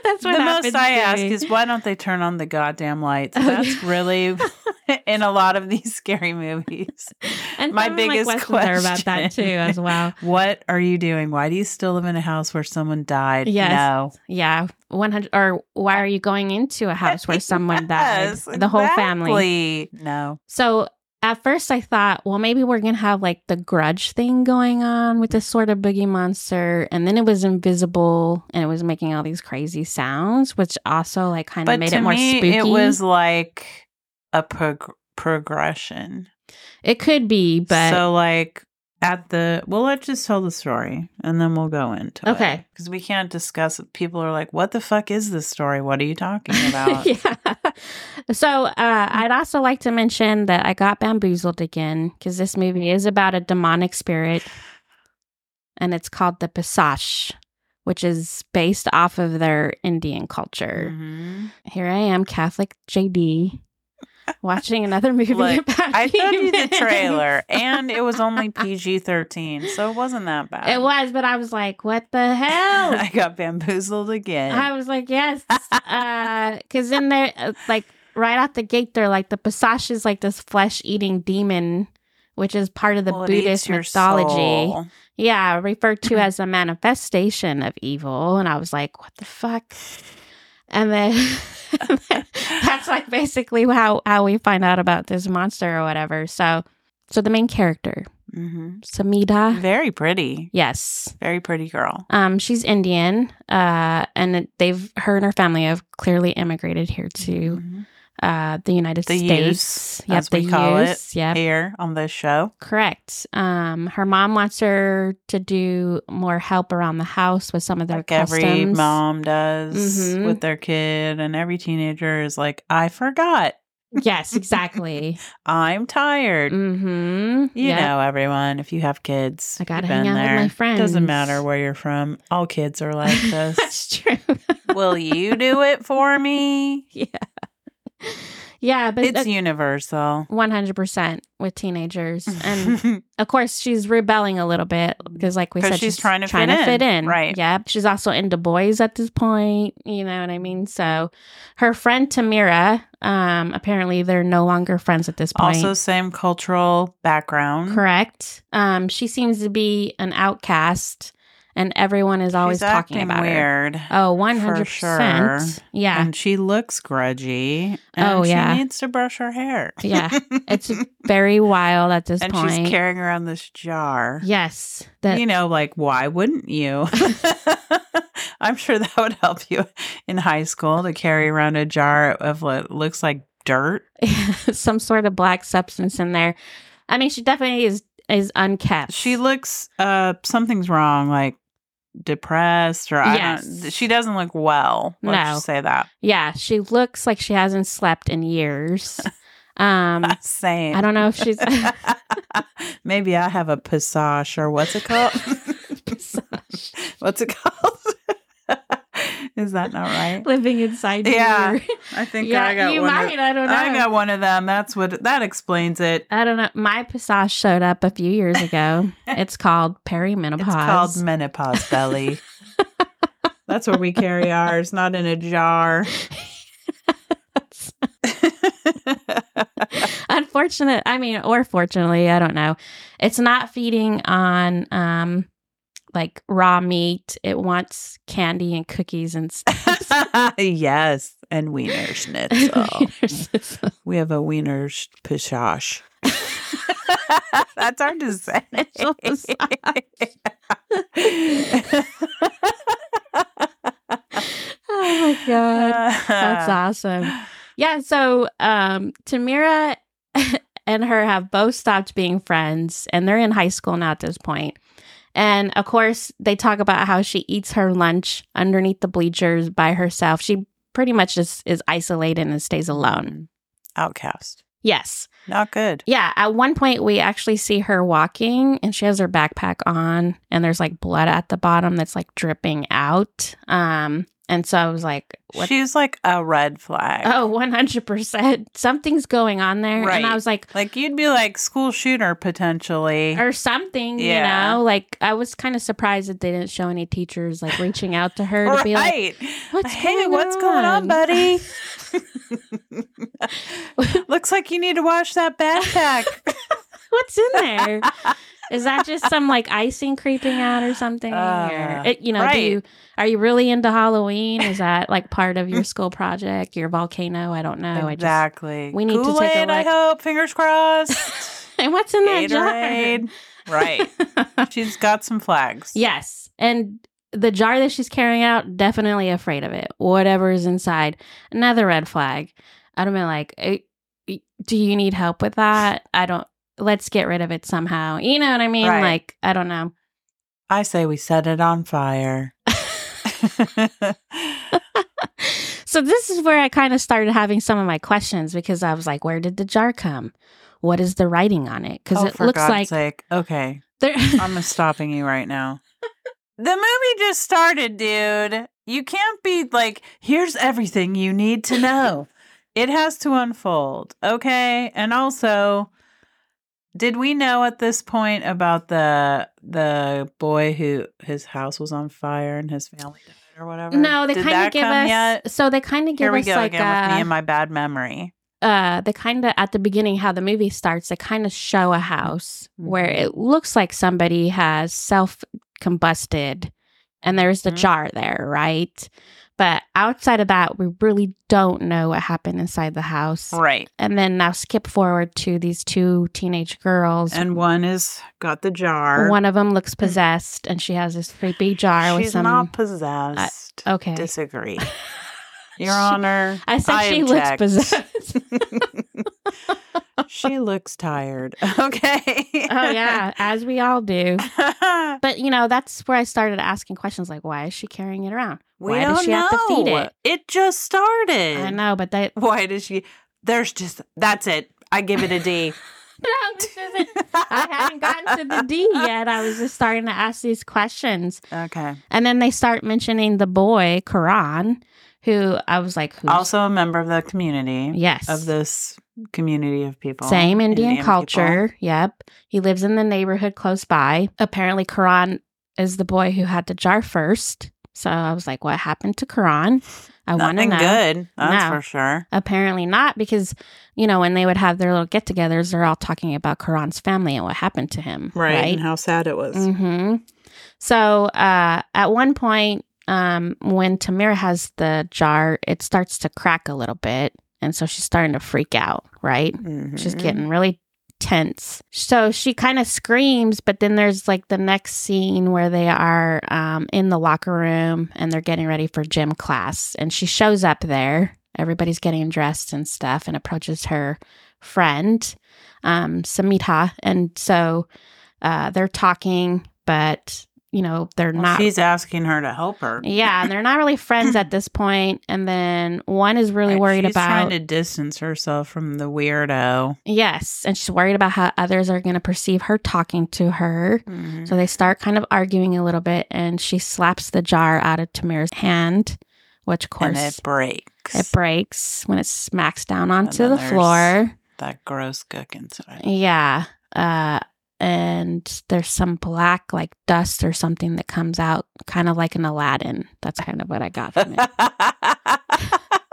[SPEAKER 1] That's what
[SPEAKER 2] the most
[SPEAKER 1] happens
[SPEAKER 2] I
[SPEAKER 1] to
[SPEAKER 2] ask
[SPEAKER 1] me.
[SPEAKER 2] is why don't they turn on the goddamn lights?
[SPEAKER 1] Oh,
[SPEAKER 2] That's
[SPEAKER 1] yeah.
[SPEAKER 2] really in a lot of these scary movies.
[SPEAKER 1] and
[SPEAKER 2] my
[SPEAKER 1] some of
[SPEAKER 2] biggest
[SPEAKER 1] questions are about that too
[SPEAKER 2] question.
[SPEAKER 1] as well.
[SPEAKER 2] What are you doing? Why do you still live in a house where someone died?
[SPEAKER 1] Yes.
[SPEAKER 2] No.
[SPEAKER 1] Yeah, one hundred. Or why are you going into a house where someone
[SPEAKER 2] Yes,
[SPEAKER 1] died? The whole family.
[SPEAKER 2] exactly. No.
[SPEAKER 1] So at first I thought, well, maybe we're gonna have like the grudge thing going on with this sort of boogie monster, and then it was invisible and it was making all these crazy sounds, which also like kind of made it more spooky.
[SPEAKER 2] It was like a prog- progression.
[SPEAKER 1] It could be, but
[SPEAKER 2] so like at the well, let's just tell the story and then we'll go into
[SPEAKER 1] Okay.
[SPEAKER 2] because we can't discuss. it. People are like, "What the fuck is this story? What are you talking about?"
[SPEAKER 1] yeah. So uh, I'd also like to mention that I got bamboozled again because this movie is about a demonic spirit, and it's called the Pisash, which is based off of their Indian culture.
[SPEAKER 2] Mhm.
[SPEAKER 1] Here I am, Catholic JD, watching another movie
[SPEAKER 2] Look,
[SPEAKER 1] about.
[SPEAKER 2] I showed you the
[SPEAKER 1] demons.
[SPEAKER 2] trailer, and it was only PG thirteen, so it wasn't that bad.
[SPEAKER 1] It was, but I was like, "What the hell?"
[SPEAKER 2] I got bamboozled again.
[SPEAKER 1] I was like, yes, because then uh, they're uh, like right out the gate, they're like the Passage is like this flesh eating demon which is part of the
[SPEAKER 2] Well, it eats
[SPEAKER 1] Buddhist
[SPEAKER 2] your
[SPEAKER 1] mythology.
[SPEAKER 2] soul.
[SPEAKER 1] Yeah, referred to as a manifestation of evil. And I was like, what the fuck? And then that's like basically how, how we find out about this monster or whatever. So so the main character,
[SPEAKER 2] Mhm.
[SPEAKER 1] Samida.
[SPEAKER 2] Very pretty.
[SPEAKER 1] Yes.
[SPEAKER 2] Very pretty girl.
[SPEAKER 1] Um, she's Indian. Uh, and it- they've her and her family have clearly immigrated here to
[SPEAKER 2] Mhm.
[SPEAKER 1] uh the United
[SPEAKER 2] The
[SPEAKER 1] States.
[SPEAKER 2] youths, as we call it.
[SPEAKER 1] youths, Yep.
[SPEAKER 2] Here on this show.
[SPEAKER 1] Correct. Um, her mom wants her to do more help around the house with some of their
[SPEAKER 2] like
[SPEAKER 1] customs.
[SPEAKER 2] every mom does
[SPEAKER 1] Mhm.
[SPEAKER 2] with their kid, and every teenager is like, I forgot.
[SPEAKER 1] Yes, exactly.
[SPEAKER 2] I'm tired.
[SPEAKER 1] mm-hmm.
[SPEAKER 2] You know, everyone, if you have kids,
[SPEAKER 1] I gotta
[SPEAKER 2] you've
[SPEAKER 1] hang
[SPEAKER 2] been
[SPEAKER 1] out with my friends.
[SPEAKER 2] Doesn't matter where you're from. All kids are like this.
[SPEAKER 1] That's true.
[SPEAKER 2] Will you do it for me?
[SPEAKER 1] yeah, but
[SPEAKER 2] It's
[SPEAKER 1] it's
[SPEAKER 2] universal.
[SPEAKER 1] one hundred percent with teenagers, and of course she's rebelling a little bit because, like we
[SPEAKER 2] 'Cause
[SPEAKER 1] said,
[SPEAKER 2] she's trying to fit in. Right.
[SPEAKER 1] Yep. She's also into boys at this point. You know what I mean? So, her friend Tamira. Um, apparently they're no longer friends at this point.
[SPEAKER 2] also, same cultural background.
[SPEAKER 1] Correct. Um, she seems to be an outcast, and everyone is always
[SPEAKER 2] She's
[SPEAKER 1] talking
[SPEAKER 2] acting
[SPEAKER 1] about her.
[SPEAKER 2] weird.
[SPEAKER 1] Oh, 100%.
[SPEAKER 2] sure.
[SPEAKER 1] Yeah.
[SPEAKER 2] And she looks grudgy. And
[SPEAKER 1] Oh, yeah.
[SPEAKER 2] She needs to brush her hair.
[SPEAKER 1] yeah. It's very wild at this
[SPEAKER 2] and
[SPEAKER 1] point.
[SPEAKER 2] she's carrying around this jar.
[SPEAKER 1] yes. That,
[SPEAKER 2] you know, like, why wouldn't you? I'm sure that would help you in high school to carry around a jar of what looks like dirt.
[SPEAKER 1] some sort of black substance in there. I mean, she definitely is is unkept.
[SPEAKER 2] She looks, uh, something's wrong, like depressed, or I don't,
[SPEAKER 1] Yes.
[SPEAKER 2] she doesn't look well. Let's
[SPEAKER 1] No.
[SPEAKER 2] just say that.
[SPEAKER 1] yeah, she looks like she hasn't slept in years. Um,
[SPEAKER 2] Same.
[SPEAKER 1] I don't know if she's
[SPEAKER 2] Maybe I have a passage or what's it called? what's it called? Is that not right?
[SPEAKER 1] living inside
[SPEAKER 2] Yeah.
[SPEAKER 1] here.
[SPEAKER 2] I think
[SPEAKER 1] yeah,
[SPEAKER 2] I got
[SPEAKER 1] you
[SPEAKER 2] one. of-
[SPEAKER 1] might. I don't know.
[SPEAKER 2] I got one of them. That's what that explains it.
[SPEAKER 1] I don't know. My passage showed up a few years ago. it's called perimenopause.
[SPEAKER 2] It's called menopause belly. That's where we carry ours, not in a jar.
[SPEAKER 1] Unfortunate. I mean, or fortunately, I don't know. It's not feeding on um like raw meat. It wants candy and cookies and stuff.
[SPEAKER 2] yes, and wiener schnitzel. we have a wiener sh- pishosh. That's hard to say.
[SPEAKER 1] Schnitzel oh my god. That's awesome.
[SPEAKER 2] um,
[SPEAKER 1] Yeah, so um Tamira and her have both stopped being friends and they're in high school now at this point. And of course, they talk about how she eats her lunch underneath the bleachers by herself. She pretty much just is isolated and stays alone.
[SPEAKER 2] Mm-hmm. Outcast.
[SPEAKER 1] Yes.
[SPEAKER 2] Not good.
[SPEAKER 1] Yeah, at one point we actually see her walking and she has her backpack on and there's like blood at the bottom that's like dripping out. Um and so I was like, what
[SPEAKER 2] She's like a red flag.
[SPEAKER 1] Oh, 100%. Something's going on there. And I
[SPEAKER 2] Right.
[SPEAKER 1] was like,
[SPEAKER 2] Like you'd be like school shooter potentially.
[SPEAKER 1] or something,
[SPEAKER 2] Yeah.
[SPEAKER 1] you know? Like, I was kind of surprised that they didn't show any teachers like reaching out to her to be like,
[SPEAKER 2] right.
[SPEAKER 1] what's
[SPEAKER 2] hey,
[SPEAKER 1] going
[SPEAKER 2] what's going on,
[SPEAKER 1] on?"
[SPEAKER 2] buddy? Looks like you need to wash that backpack.
[SPEAKER 1] what's in there? Is that just some like icing creeping out or something?
[SPEAKER 2] Uh,
[SPEAKER 1] or, it- you know, do
[SPEAKER 2] right.
[SPEAKER 1] you, are you really into Halloween? Is that like part of your school project, your volcano? I don't know. I
[SPEAKER 2] exactly.
[SPEAKER 1] we need to take a
[SPEAKER 2] Kool-Aid, I
[SPEAKER 1] look.
[SPEAKER 2] hope. Fingers crossed.
[SPEAKER 1] just, and what's in that
[SPEAKER 2] Gatorade. Right.
[SPEAKER 1] jar?
[SPEAKER 2] She's got some flags.
[SPEAKER 1] Yes. And the jar that she's carrying out, definitely afraid of it. Whatever is inside, another red flag. I'd have been like, eh, eh, do you need help with that? I don't, let's get rid of it somehow. You know what I mean?
[SPEAKER 2] Right.
[SPEAKER 1] Like, I don't know.
[SPEAKER 2] I say we set it on fire.
[SPEAKER 1] So this is where I kind of started having some of my questions because I was like, where did the jar come? What is the writing on it? Because
[SPEAKER 2] oh,
[SPEAKER 1] it
[SPEAKER 2] for
[SPEAKER 1] looks
[SPEAKER 2] God's
[SPEAKER 1] like
[SPEAKER 2] sake. Okay.
[SPEAKER 1] there.
[SPEAKER 2] I'm stopping you right now. The movie just started, dude. You can't be like, here's everything you need to know. It has to unfold, okay? And also, did we know at this point about the the boy who his house was on fire and his family died or whatever?
[SPEAKER 1] no, they
[SPEAKER 2] Did
[SPEAKER 1] kind of
[SPEAKER 2] that
[SPEAKER 1] give
[SPEAKER 2] come
[SPEAKER 1] us.
[SPEAKER 2] Yet?
[SPEAKER 1] So they kind of give
[SPEAKER 2] Here we
[SPEAKER 1] us
[SPEAKER 2] go
[SPEAKER 1] like
[SPEAKER 2] again with me
[SPEAKER 1] a,
[SPEAKER 2] and my bad memory.
[SPEAKER 1] uh they kind of at the beginning how the movie starts they kind of show a house where
[SPEAKER 2] Mm-hmm.
[SPEAKER 1] it looks like somebody has self combusted and there's the
[SPEAKER 2] Mhm.
[SPEAKER 1] jar there right but outside of that we really don't know what happened inside the house
[SPEAKER 2] Right.
[SPEAKER 1] and then now skip forward to these two teenage girls
[SPEAKER 2] And one is got the jar.
[SPEAKER 1] one of them looks possessed and she has this creepy jar with
[SPEAKER 2] She's
[SPEAKER 1] some
[SPEAKER 2] not possessed.
[SPEAKER 1] okay
[SPEAKER 2] Disagree.
[SPEAKER 1] She-
[SPEAKER 2] Your Honor.
[SPEAKER 1] i said she
[SPEAKER 2] object.
[SPEAKER 1] looks possessed
[SPEAKER 2] she looks tired. Okay.
[SPEAKER 1] oh yeah as we all do But you know, that's where I started asking questions like, why is she carrying it around?
[SPEAKER 2] we
[SPEAKER 1] Why
[SPEAKER 2] don't
[SPEAKER 1] does she
[SPEAKER 2] know.
[SPEAKER 1] have to feed it?
[SPEAKER 2] just started.
[SPEAKER 1] I know, but that
[SPEAKER 2] Why does she? There's just that's it. I give it a D.
[SPEAKER 1] no, this isn't. I haven't gotten to the D yet. I was just starting to ask these questions,
[SPEAKER 2] Okay.
[SPEAKER 1] and then they start mentioning the boy Karan, who I was like, who's
[SPEAKER 2] Also a member of the community
[SPEAKER 1] yes
[SPEAKER 2] of this community of people.
[SPEAKER 1] Same Indian,
[SPEAKER 2] people.
[SPEAKER 1] culture. Yep. He lives in the neighborhood close by. Apparently, Karan is the boy who had the jar first. So I was like, what happened to Karan? I want to
[SPEAKER 2] Nothing
[SPEAKER 1] know.
[SPEAKER 2] good. That's
[SPEAKER 1] No.
[SPEAKER 2] for sure.
[SPEAKER 1] Apparently not, because you know when they would have their little get-togethers, they're all talking about Karan's family and what happened to him, right?
[SPEAKER 2] how sad it was.
[SPEAKER 1] hmm So uh, at one point, um, when Tamira has the jar, it starts to crack a little bit, and so she's starting to freak out, right? She's
[SPEAKER 2] Mm-hmm.
[SPEAKER 1] getting really tense. So she kind of screams, but then there's like the next scene where they are um, in the locker room and they're getting ready for gym class. And she shows up there. Everybody's getting dressed and stuff and approaches her friend, um, Samita. And so uh, they're talking, but, you know, they're
[SPEAKER 2] Well,
[SPEAKER 1] not.
[SPEAKER 2] she's asking her to help her.
[SPEAKER 1] yeah, they're not really friends at this point. And then one is really
[SPEAKER 2] Right,
[SPEAKER 1] worried
[SPEAKER 2] she's
[SPEAKER 1] about
[SPEAKER 2] trying to distance herself from the weirdo.
[SPEAKER 1] Yes, and she's worried about how others are going to perceive her talking to her. So they start kind Mm-hmm. of arguing a little bit, and she slaps the jar out of Tamir's hand, which, of
[SPEAKER 2] and
[SPEAKER 1] course,
[SPEAKER 2] it
[SPEAKER 1] it,
[SPEAKER 2] breaks.
[SPEAKER 1] breaks when it smacks down onto
[SPEAKER 2] then
[SPEAKER 1] the
[SPEAKER 2] there's-
[SPEAKER 1] floor.
[SPEAKER 2] that gross gook inside.
[SPEAKER 1] Yeah. Uh, and there's some black, like dust or something that comes out, kind of like an Aladdin. That's kind of what I got from it.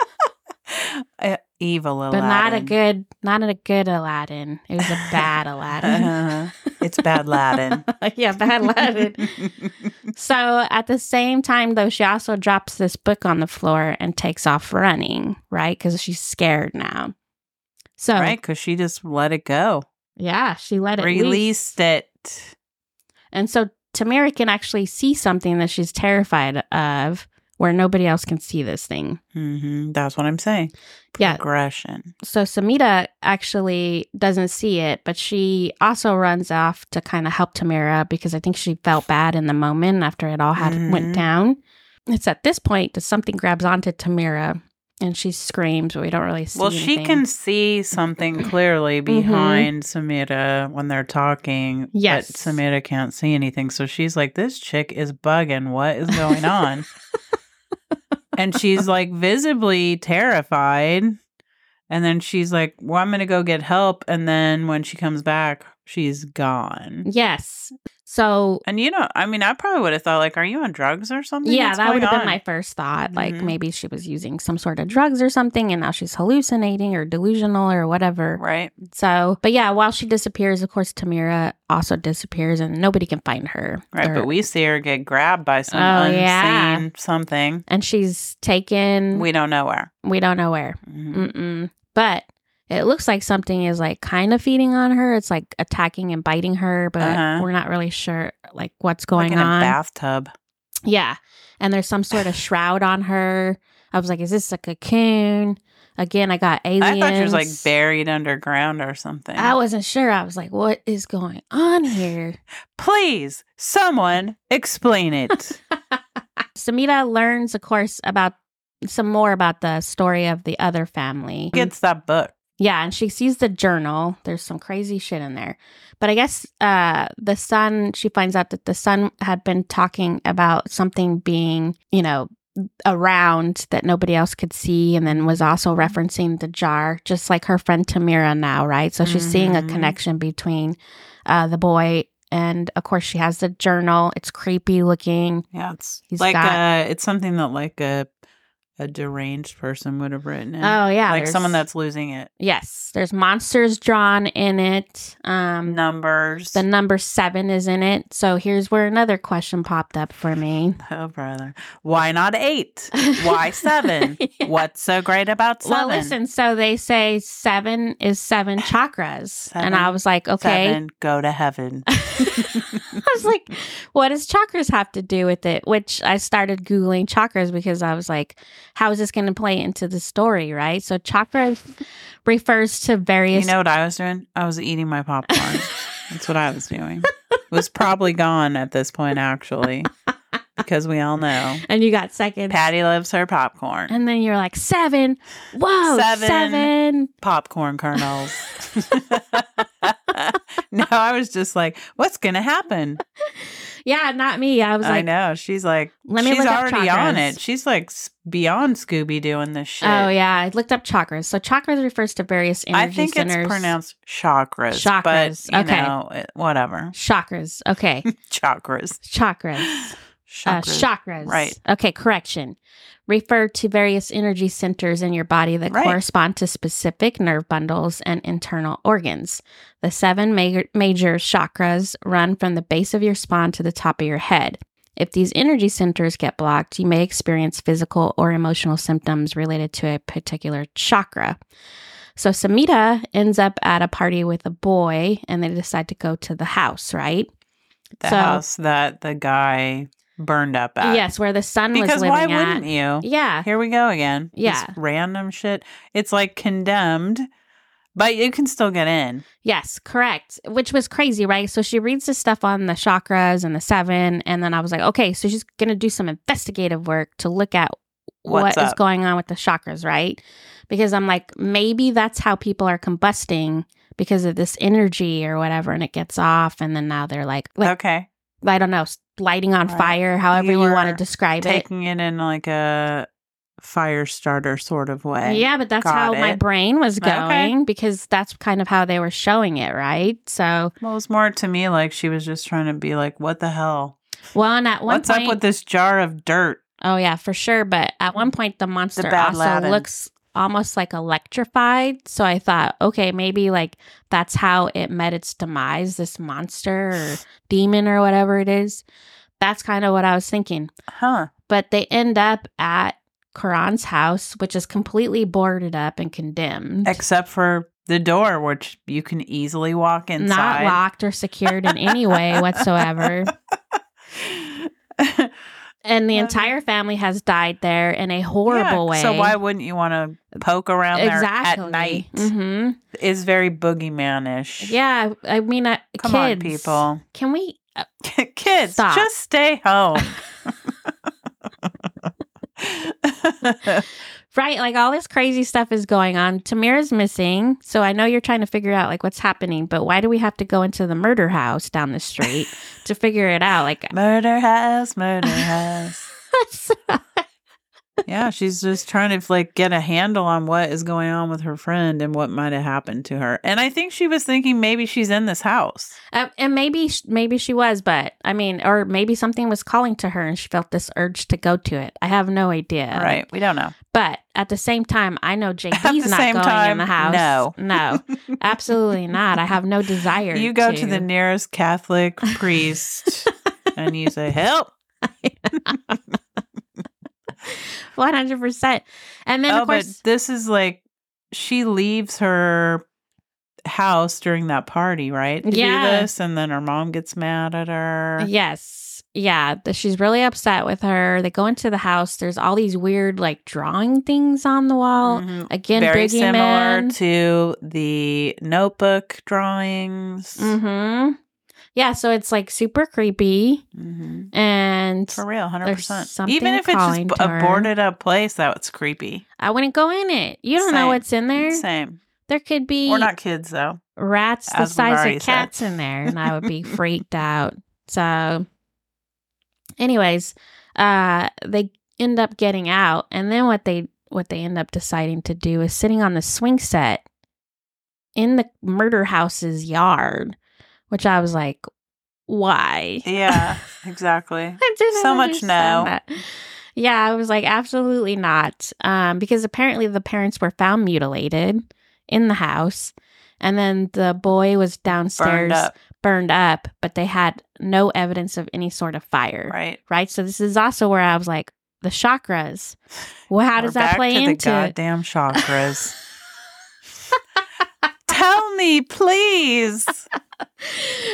[SPEAKER 2] Uh, Evil Aladdin.
[SPEAKER 1] But not a good, not a good Aladdin. It was a bad Aladdin.
[SPEAKER 2] it's bad Latin.
[SPEAKER 1] yeah, bad Aladdin. So at the same time, though, she also drops this book on the floor and takes off running, right? Because she's scared now. So,
[SPEAKER 2] Right? Because she just let it go,
[SPEAKER 1] yeah, she let it leave.
[SPEAKER 2] released it.
[SPEAKER 1] And so Tamara can actually see something that she's terrified of where nobody else can see this thing.
[SPEAKER 2] hmm That's what I'm saying.
[SPEAKER 1] Yeah.
[SPEAKER 2] Progression.
[SPEAKER 1] So Samita actually doesn't see it, but she also runs off to kind of help Tamara because I think she felt bad in the moment after it all had
[SPEAKER 2] Mhm.
[SPEAKER 1] went down. It's at this point that something grabs onto Tamara and she screams, but we don't really see.
[SPEAKER 2] Well, she
[SPEAKER 1] anything. Mm-hmm.
[SPEAKER 2] can see something clearly behind Samita when they're talking.
[SPEAKER 1] Yes.
[SPEAKER 2] But Samita can't see anything. So she's like, this chick is bugging. What is going on? and she's like visibly terrified. And then she's like, well, I'm going to go get help. And then when she comes back, she's
[SPEAKER 1] Mm.
[SPEAKER 2] gone.
[SPEAKER 1] Yes. So
[SPEAKER 2] And you know, I mean, I probably would have thought, like, are you on drugs or something?
[SPEAKER 1] yeah,
[SPEAKER 2] What's
[SPEAKER 1] that would
[SPEAKER 2] going
[SPEAKER 1] have been
[SPEAKER 2] on?
[SPEAKER 1] my first thought. Like
[SPEAKER 2] Mhm.
[SPEAKER 1] maybe she was using some sort of drugs or something, and now she's hallucinating or delusional or whatever.
[SPEAKER 2] Right.
[SPEAKER 1] So, but yeah, while she disappears, of course, Tamira also disappears, and nobody can find her.
[SPEAKER 2] Right.
[SPEAKER 1] Or-
[SPEAKER 2] But we see her get grabbed by some
[SPEAKER 1] Oh,
[SPEAKER 2] unseen
[SPEAKER 1] yeah.
[SPEAKER 2] something.
[SPEAKER 1] and she's taken. We,
[SPEAKER 2] We don't know where.
[SPEAKER 1] don't know where.
[SPEAKER 2] Mhm.
[SPEAKER 1] Mm-mm. But it looks like something is like kind of feeding on her. It's like attacking and biting her, but
[SPEAKER 2] Uh-huh.
[SPEAKER 1] we're not really sure like what's going
[SPEAKER 2] like in
[SPEAKER 1] on.
[SPEAKER 2] a bathtub.
[SPEAKER 1] Yeah. And there's some sort of shroud on her. I was like, is this a cocoon? Again, I got aliens.
[SPEAKER 2] I thought she was like buried underground or something.
[SPEAKER 1] I wasn't sure. I was like, what is going on here?
[SPEAKER 2] Please, someone explain it.
[SPEAKER 1] Samita learns, of course, about some more about the story of the other family.
[SPEAKER 2] Gets that book.
[SPEAKER 1] Yeah, and she sees the journal. There's some crazy shit in there. But I guess uh the son she finds out that the son had been talking about something being, you know, around that nobody else could see and then was also
[SPEAKER 2] Mm-hmm.
[SPEAKER 1] referencing the jar, just like her friend Tamira now, right? So she's seeing a
[SPEAKER 2] Mhm.
[SPEAKER 1] connection between uh the boy and of course she has the journal. It's creepy looking.
[SPEAKER 2] Yeah, it's
[SPEAKER 1] He's
[SPEAKER 2] like
[SPEAKER 1] got-
[SPEAKER 2] uh it's something that like a a deranged person would have written it.
[SPEAKER 1] Oh yeah,
[SPEAKER 2] like
[SPEAKER 1] there's-
[SPEAKER 2] someone that's losing it.
[SPEAKER 1] yes. There's monsters drawn in it. Um,
[SPEAKER 2] Numbers.
[SPEAKER 1] the number seven is in it. So here's where another question popped up for me.
[SPEAKER 2] oh, brother. Why not eight? Why seven? What's so great about seven?
[SPEAKER 1] Well, listen. So they say seven is seven chakras,
[SPEAKER 2] Seven,
[SPEAKER 1] and I was like, okay.
[SPEAKER 2] Seven, go to heaven.
[SPEAKER 1] I was like, what does chakras have to do with it? Which I started Googling chakras because I was like, how is this going to play into the story, right? So, chakra refers to
[SPEAKER 2] You
[SPEAKER 1] various.
[SPEAKER 2] know what I was doing? I was eating my popcorn. That's what I was doing. It was probably gone at this point, actually, because we all know
[SPEAKER 1] and you got seconds.
[SPEAKER 2] Patty loves her popcorn.
[SPEAKER 1] and then you're like, seven. Whoa,
[SPEAKER 2] Seven.
[SPEAKER 1] seven.
[SPEAKER 2] popcorn kernels. no, I was just like, what's going to happen?
[SPEAKER 1] Yeah, not me. I was
[SPEAKER 2] I
[SPEAKER 1] like,
[SPEAKER 2] know. She's like,
[SPEAKER 1] Let me
[SPEAKER 2] she's
[SPEAKER 1] look up
[SPEAKER 2] already on
[SPEAKER 1] chakras.
[SPEAKER 2] it. She's like s- beyond Scooby doing this shit.
[SPEAKER 1] oh, yeah. I looked up chakras. So, chakras refers to various energy
[SPEAKER 2] I think
[SPEAKER 1] centers.
[SPEAKER 2] it's pronounced chakras.
[SPEAKER 1] Chakras,
[SPEAKER 2] But, you
[SPEAKER 1] okay.
[SPEAKER 2] know, it- whatever.
[SPEAKER 1] Chakras. Okay.
[SPEAKER 2] Chakras.
[SPEAKER 1] chakras. uh,
[SPEAKER 2] Chakras.
[SPEAKER 1] chakras.
[SPEAKER 2] Right.
[SPEAKER 1] Okay, correction. Refer to various energy centers in your body that
[SPEAKER 2] Right.
[SPEAKER 1] correspond to specific nerve bundles and internal organs. The seven major, major chakras run from the base of your spine to the top of your head. If these energy centers get blocked, you may experience physical or emotional symptoms related to a particular chakra. So Samita ends up at a party with a boy and they decide to go to the house, right?
[SPEAKER 2] the
[SPEAKER 1] so-
[SPEAKER 2] house that the guy burned up at.
[SPEAKER 1] Yes, where the son was
[SPEAKER 2] Because
[SPEAKER 1] living
[SPEAKER 2] why
[SPEAKER 1] at.
[SPEAKER 2] wouldn't you?
[SPEAKER 1] Yeah.
[SPEAKER 2] Here we go again. This
[SPEAKER 1] Yeah.
[SPEAKER 2] random shit. It's like condemned, but you can still get in.
[SPEAKER 1] Yes, correct. Which was crazy, right? So she reads the stuff on the chakras and the seven. And then I was like, okay, so she's going to do some investigative work to look at
[SPEAKER 2] What's
[SPEAKER 1] what is
[SPEAKER 2] up?
[SPEAKER 1] going on with the chakras, right? Because I'm like, maybe that's how people are combusting because of this energy or whatever. And it gets off. And then now they're like, like
[SPEAKER 2] okay.
[SPEAKER 1] I don't know, lighting on
[SPEAKER 2] Right.
[SPEAKER 1] fire, however
[SPEAKER 2] You
[SPEAKER 1] you, want
[SPEAKER 2] were
[SPEAKER 1] to describe it.
[SPEAKER 2] Taking it in like a fire starter sort of way.
[SPEAKER 1] Yeah, but that's
[SPEAKER 2] Got
[SPEAKER 1] how my
[SPEAKER 2] it.
[SPEAKER 1] brain was
[SPEAKER 2] Okay.
[SPEAKER 1] going because that's kind of how they were showing it, right? So,
[SPEAKER 2] Well, it's more to me like she was just trying to be like, what the hell?
[SPEAKER 1] well, and at one
[SPEAKER 2] What's
[SPEAKER 1] point,
[SPEAKER 2] up with this jar of dirt?
[SPEAKER 1] Oh yeah, for sure. But at one point, the monster
[SPEAKER 2] bad
[SPEAKER 1] also
[SPEAKER 2] Aladdin.
[SPEAKER 1] looks almost like electrified. So I thought, okay, maybe like that's how it met its demise. This monster or demon or whatever it is. That's kind of what I was thinking.
[SPEAKER 2] Huh.
[SPEAKER 1] But they end up at Quran's house, which is completely boarded up and condemned.
[SPEAKER 2] Except for the door, which you can easily walk inside.
[SPEAKER 1] Not locked or secured in any way whatsoever. And the
[SPEAKER 2] Um,
[SPEAKER 1] entire family has died there in a horrible
[SPEAKER 2] Yeah,
[SPEAKER 1] way.
[SPEAKER 2] So why wouldn't you want to poke around
[SPEAKER 1] exactly
[SPEAKER 2] there at night?
[SPEAKER 1] hmm
[SPEAKER 2] Is very boogeymanish.
[SPEAKER 1] Yeah, I mean, uh,
[SPEAKER 2] Come
[SPEAKER 1] kids,
[SPEAKER 2] on, people.
[SPEAKER 1] Can we? Uh,
[SPEAKER 2] kids,
[SPEAKER 1] Stop.
[SPEAKER 2] just stay home.
[SPEAKER 1] right, like all this crazy stuff is going on. Tamira's missing, so I know you're trying to figure out like what's happening. But why do we have to go into the murder house down the street to figure it out? Like,
[SPEAKER 2] murder house, murder house. Yeah, she's just trying to like get a handle on what is going on with her friend and what might have happened to her. And I think she was thinking maybe she's in this house.
[SPEAKER 1] uh, and maybe sh- maybe she was, but I mean, or maybe something was calling to her, and she felt this urge to go to it. I have no idea.
[SPEAKER 2] right. We don't know.
[SPEAKER 1] But at the same time, I know JP's
[SPEAKER 2] the
[SPEAKER 1] not
[SPEAKER 2] same
[SPEAKER 1] going
[SPEAKER 2] time,
[SPEAKER 1] in the house.
[SPEAKER 2] no.
[SPEAKER 1] no, absolutely not. I have no desire.
[SPEAKER 2] You go to. the nearest Catholic priest and you say, Help.
[SPEAKER 1] one hundred percent. And then
[SPEAKER 2] oh,
[SPEAKER 1] of course.
[SPEAKER 2] but this is like she leaves her house during that party, right? To do
[SPEAKER 1] Yeah.
[SPEAKER 2] this, and then her mom gets mad at her.
[SPEAKER 1] Yes. Yeah. th- she's really upset with her. They go into the house. There's all these weird, like, drawing things on the wall.
[SPEAKER 2] Mhm.
[SPEAKER 1] Again,
[SPEAKER 2] Very
[SPEAKER 1] Boogie
[SPEAKER 2] similar
[SPEAKER 1] Man.
[SPEAKER 2] to the notebook drawings.
[SPEAKER 1] hmm Yeah. So it's like super creepy.
[SPEAKER 2] Mhm.
[SPEAKER 1] And
[SPEAKER 2] For real, hundred percent.
[SPEAKER 1] There's something
[SPEAKER 2] Even if it's just
[SPEAKER 1] calling
[SPEAKER 2] b-
[SPEAKER 1] to
[SPEAKER 2] a
[SPEAKER 1] her.
[SPEAKER 2] boarded up place, that's creepy.
[SPEAKER 1] I wouldn't go in it. You don't
[SPEAKER 2] Same.
[SPEAKER 1] know what's in there.
[SPEAKER 2] Same.
[SPEAKER 1] There could be
[SPEAKER 2] We're not kids though.
[SPEAKER 1] rats the
[SPEAKER 2] as we've already
[SPEAKER 1] size of
[SPEAKER 2] said.
[SPEAKER 1] cats in there, and I would be freaked out. So, anyways, uh, they end up getting out, and then what they what they end up deciding to do is sitting on the swing set in the murder house's yard, which I was like, why?
[SPEAKER 2] Yeah, exactly.
[SPEAKER 1] I didn't
[SPEAKER 2] So much
[SPEAKER 1] understand
[SPEAKER 2] no.
[SPEAKER 1] that. Yeah, I was like, absolutely not. Um, because apparently the parents were found mutilated in the house. And then the boy was downstairs
[SPEAKER 2] Burned up,
[SPEAKER 1] burned up, but they had no evidence of any sort of fire.
[SPEAKER 2] right?
[SPEAKER 1] right? So this is also where I was like, the chakras. Well, how
[SPEAKER 2] We're
[SPEAKER 1] does that
[SPEAKER 2] back
[SPEAKER 1] play
[SPEAKER 2] to the
[SPEAKER 1] into it?
[SPEAKER 2] goddamn chakras? Tell me, please.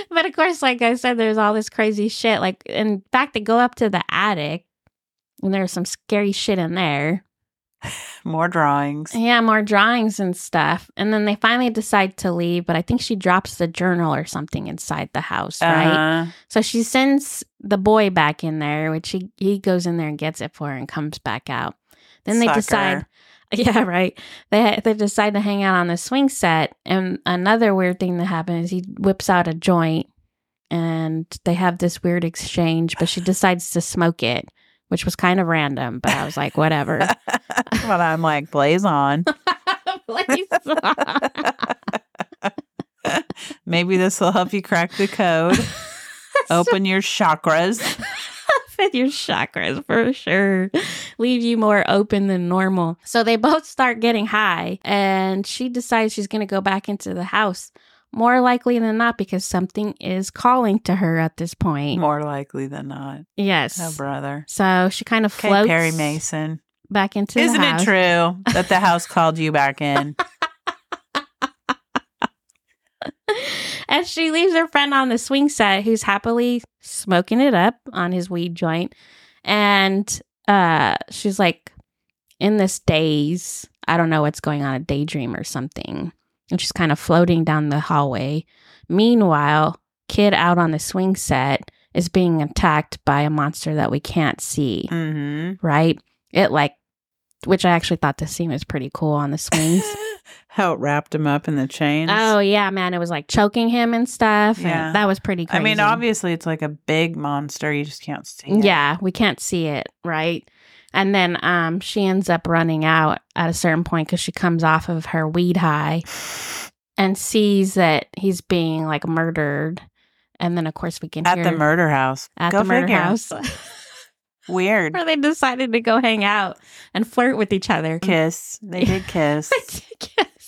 [SPEAKER 1] but of course, like I said, there's all this crazy shit. Like, in fact, they go up to the attic and there's some scary shit in there.
[SPEAKER 2] More drawings.
[SPEAKER 1] Yeah, more drawings and stuff. And then they finally decide to leave, but I think she drops the journal or something inside the house, right?
[SPEAKER 2] Uh,
[SPEAKER 1] So she sends the boy back in there, which he, he goes in there and gets it for her and comes back out. Then they
[SPEAKER 2] sucker.
[SPEAKER 1] decide, yeah, right. They they decide to hang out on the swing set. And another weird thing that happens, he whips out a joint, and they have this weird exchange. But she decides to smoke it, which was kind of random. But I was like, whatever.
[SPEAKER 2] but I'm like, blaze on.
[SPEAKER 1] Please.
[SPEAKER 2] Maybe this will help you crack the code. Open your chakras.
[SPEAKER 1] With your chakras for sure. Leave you more open than normal. So they both start getting high, and she decides she's going to go back into the house. More likely than not, because something is calling to her at this point.
[SPEAKER 2] More likely than not. Oh,
[SPEAKER 1] Yes.
[SPEAKER 2] brother.
[SPEAKER 1] So she kind of
[SPEAKER 2] Okay,
[SPEAKER 1] floats
[SPEAKER 2] Perry Mason.
[SPEAKER 1] back into
[SPEAKER 2] Isn't
[SPEAKER 1] the
[SPEAKER 2] it
[SPEAKER 1] house.
[SPEAKER 2] true that the house called you back in?
[SPEAKER 1] and she leaves her friend on the swing set who's happily smoking it up on his weed joint and uh she's like in this daze i don't know what's going on a daydream or something and she's kind of floating down the hallway meanwhile kid out on the swing set is being attacked by a monster that we can't see
[SPEAKER 2] hmm
[SPEAKER 1] right it like which i actually thought the scene was pretty cool on the swings
[SPEAKER 2] How it wrapped him up in the chains.
[SPEAKER 1] Oh yeah, man! It was like choking him and stuff.
[SPEAKER 2] Yeah.
[SPEAKER 1] and that was pretty. Crazy.
[SPEAKER 2] I mean, obviously, it's like a big monster. You just can't see
[SPEAKER 1] Yeah.
[SPEAKER 2] it.
[SPEAKER 1] we can't see it, right? And then um, she ends up running out at a certain point because she comes off of her weed high and sees that he's being like murdered. And then, of course, we can
[SPEAKER 2] At
[SPEAKER 1] hear
[SPEAKER 2] the murder house.
[SPEAKER 1] at
[SPEAKER 2] Go
[SPEAKER 1] the murder
[SPEAKER 2] figure.
[SPEAKER 1] house
[SPEAKER 2] Weird.
[SPEAKER 1] where they decided to go hang out and flirt with each other.
[SPEAKER 2] Kiss. They did kiss.
[SPEAKER 1] Yes.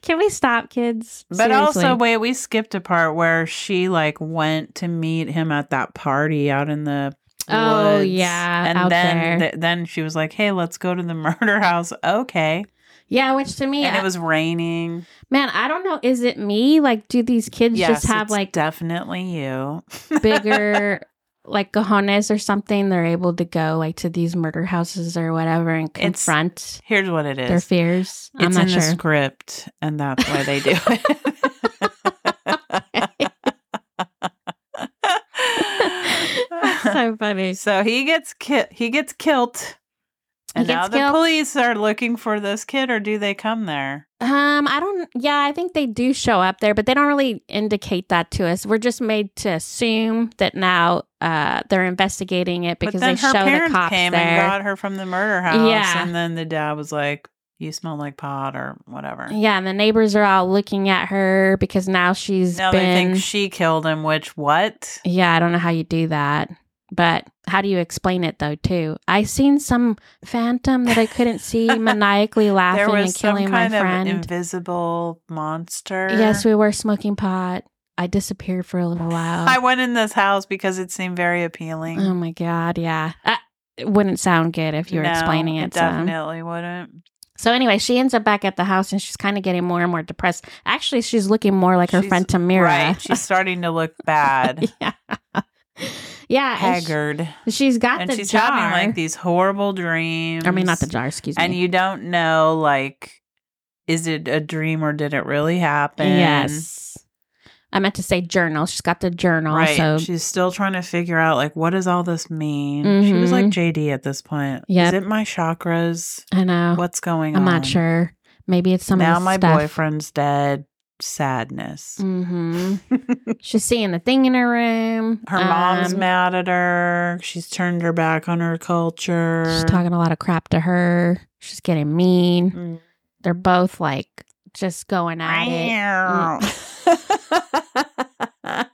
[SPEAKER 1] Can we stop, kids?
[SPEAKER 2] But also,
[SPEAKER 1] Seriously.
[SPEAKER 2] wait, we skipped a part where she like went to meet him at that party out in the
[SPEAKER 1] Oh,
[SPEAKER 2] woods.
[SPEAKER 1] yeah,
[SPEAKER 2] and
[SPEAKER 1] out
[SPEAKER 2] then
[SPEAKER 1] there.
[SPEAKER 2] th- then she was like, "Hey, let's go to the murder house." Okay,
[SPEAKER 1] yeah, which to me,
[SPEAKER 2] and it
[SPEAKER 1] I-
[SPEAKER 2] was raining.
[SPEAKER 1] Man, I don't know. Is it me? Like, do these kids just have
[SPEAKER 2] it's
[SPEAKER 1] like
[SPEAKER 2] definitely you.
[SPEAKER 1] bigger, like cojones or something? They're able to go like to these murder houses or whatever and
[SPEAKER 2] It's-
[SPEAKER 1] confront
[SPEAKER 2] Here's what it is.
[SPEAKER 1] their fears. I'm
[SPEAKER 2] it's
[SPEAKER 1] not
[SPEAKER 2] in
[SPEAKER 1] sure.
[SPEAKER 2] the script, and that's why they do
[SPEAKER 1] That's
[SPEAKER 2] it.
[SPEAKER 1] so funny.
[SPEAKER 2] So he gets ki- he gets kilt. And now
[SPEAKER 1] gets
[SPEAKER 2] the
[SPEAKER 1] kilt.
[SPEAKER 2] police are looking for this kid, or do they come there?
[SPEAKER 1] Um, I don't. Yeah, I think they do show up there, but they don't really indicate that to us. We're just made to assume that now uh they're investigating it because
[SPEAKER 2] but then
[SPEAKER 1] they
[SPEAKER 2] her
[SPEAKER 1] show the
[SPEAKER 2] parents
[SPEAKER 1] cops
[SPEAKER 2] came
[SPEAKER 1] there.
[SPEAKER 2] and got her from the murder house,
[SPEAKER 1] Yeah.
[SPEAKER 2] and then the dad was like, "You smell like pot," or whatever.
[SPEAKER 1] yeah, and the neighbors are all looking at her because now she's
[SPEAKER 2] Now
[SPEAKER 1] been.
[SPEAKER 2] they think she killed him. Which what?
[SPEAKER 1] Yeah, I don't know how you do that. But how do you explain it though too? I seen some phantom that I couldn't see maniacally
[SPEAKER 2] There
[SPEAKER 1] laughing
[SPEAKER 2] was
[SPEAKER 1] and
[SPEAKER 2] some
[SPEAKER 1] killing my
[SPEAKER 2] kind of
[SPEAKER 1] friend.
[SPEAKER 2] invisible monster.
[SPEAKER 1] yes, we were smoking pot. I disappeared for a little while.
[SPEAKER 2] I went in this house because it seemed very appealing.
[SPEAKER 1] oh my god, yeah. Uh, it wouldn't sound good if you were
[SPEAKER 2] No,
[SPEAKER 1] explaining it. so.
[SPEAKER 2] definitely wouldn't.
[SPEAKER 1] so anyway, she ends up back at the house and she's kind of getting more and more depressed. Actually, she's looking more like her
[SPEAKER 2] She's-
[SPEAKER 1] friend Tamira.
[SPEAKER 2] Right? She's starting to look bad,
[SPEAKER 1] yeah. Yeah, and she-
[SPEAKER 2] haggard.
[SPEAKER 1] she's got
[SPEAKER 2] and
[SPEAKER 1] the
[SPEAKER 2] she's
[SPEAKER 1] jar.
[SPEAKER 2] having like these horrible dreams.
[SPEAKER 1] I mean, not the jar. Excuse me.
[SPEAKER 2] And you don't know, like, is it a dream or did it really happen?
[SPEAKER 1] Yes. I meant to say journal. She's got the journal.
[SPEAKER 2] Right.
[SPEAKER 1] So
[SPEAKER 2] She's still trying to figure out, like, what does all this mean? She was like JD at this point.
[SPEAKER 1] Mm-hmm. Yep.
[SPEAKER 2] Is it my chakras?
[SPEAKER 1] I know.
[SPEAKER 2] What's going
[SPEAKER 1] I'm
[SPEAKER 2] on?
[SPEAKER 1] not sure. Maybe it's some
[SPEAKER 2] now
[SPEAKER 1] of the
[SPEAKER 2] my
[SPEAKER 1] stuff.
[SPEAKER 2] boyfriend's dead. Sadness.
[SPEAKER 1] Mm-hmm. She's seeing the thing in her room.
[SPEAKER 2] Her mom's
[SPEAKER 1] Um,
[SPEAKER 2] mad at her. She's turned her back on her culture.
[SPEAKER 1] She's talking a lot of crap to her. She's getting mean.
[SPEAKER 2] Mm.
[SPEAKER 1] They're both like just going at it.
[SPEAKER 2] Meow.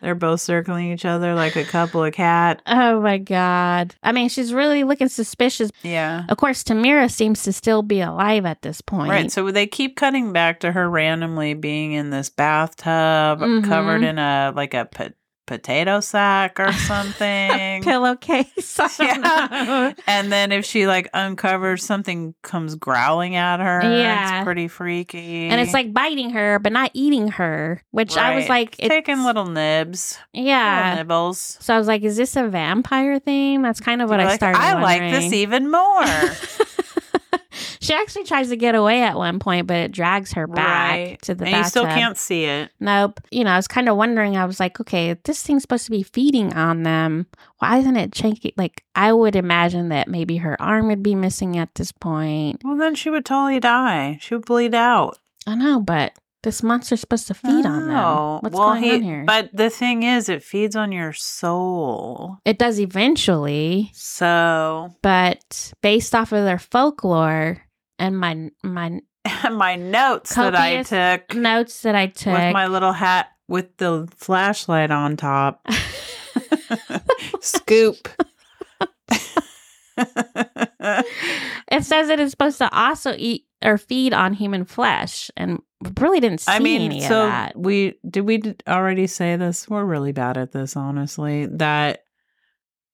[SPEAKER 2] They're both circling each other like a couple of cat.
[SPEAKER 1] Oh my God. I mean, she's really looking suspicious.
[SPEAKER 2] Yeah.
[SPEAKER 1] Of course, Tamira seems to still be alive at this point.
[SPEAKER 2] Right. So they keep cutting back to her randomly being in this bathtub
[SPEAKER 1] Mhm.
[SPEAKER 2] covered in a like a po- potato sack or something.
[SPEAKER 1] Pillowcase. I don't
[SPEAKER 2] Yeah.
[SPEAKER 1] know.
[SPEAKER 2] and then if she like uncovers something comes growling at her.
[SPEAKER 1] Yeah.
[SPEAKER 2] It's pretty freaky.
[SPEAKER 1] And it's like biting her, but not eating her, which I was
[SPEAKER 2] Right.
[SPEAKER 1] like, it's,
[SPEAKER 2] taking little nibs. Little
[SPEAKER 1] yeah.
[SPEAKER 2] nibbles.
[SPEAKER 1] So I was like, is this a vampire thing? That's kind of what
[SPEAKER 2] You're
[SPEAKER 1] I
[SPEAKER 2] like,
[SPEAKER 1] started.
[SPEAKER 2] I like this e
[SPEAKER 1] wondering.
[SPEAKER 2] even more.
[SPEAKER 1] she actually tries to get away at one point, but it drags her back
[SPEAKER 2] Right.
[SPEAKER 1] to the
[SPEAKER 2] and you still
[SPEAKER 1] bathtub.
[SPEAKER 2] can't see it.
[SPEAKER 1] Nope. You know, I was kind of wondering. I was like, okay, if this thing's supposed to be feeding on them. Why isn't it chunky? Like, I would imagine that maybe her arm would be missing at this point.
[SPEAKER 2] Well, then she would totally die. She would bleed out.
[SPEAKER 1] I know, but this monster's supposed to feed on them.
[SPEAKER 2] Oh,
[SPEAKER 1] What's
[SPEAKER 2] well,
[SPEAKER 1] going
[SPEAKER 2] he-
[SPEAKER 1] on here?
[SPEAKER 2] But the thing is, it feeds on your soul.
[SPEAKER 1] it does eventually,
[SPEAKER 2] So
[SPEAKER 1] but based off of their folklore and my my
[SPEAKER 2] my notes
[SPEAKER 1] Copious
[SPEAKER 2] that I took
[SPEAKER 1] notes that I took,
[SPEAKER 2] with my little hat with the flashlight on top, scoop.
[SPEAKER 1] it says it is supposed to also eat or feed on human flesh, and we really didn't see
[SPEAKER 2] I mean,
[SPEAKER 1] any
[SPEAKER 2] so
[SPEAKER 1] of that.
[SPEAKER 2] we did we d- already say this? We're really bad at this, honestly. That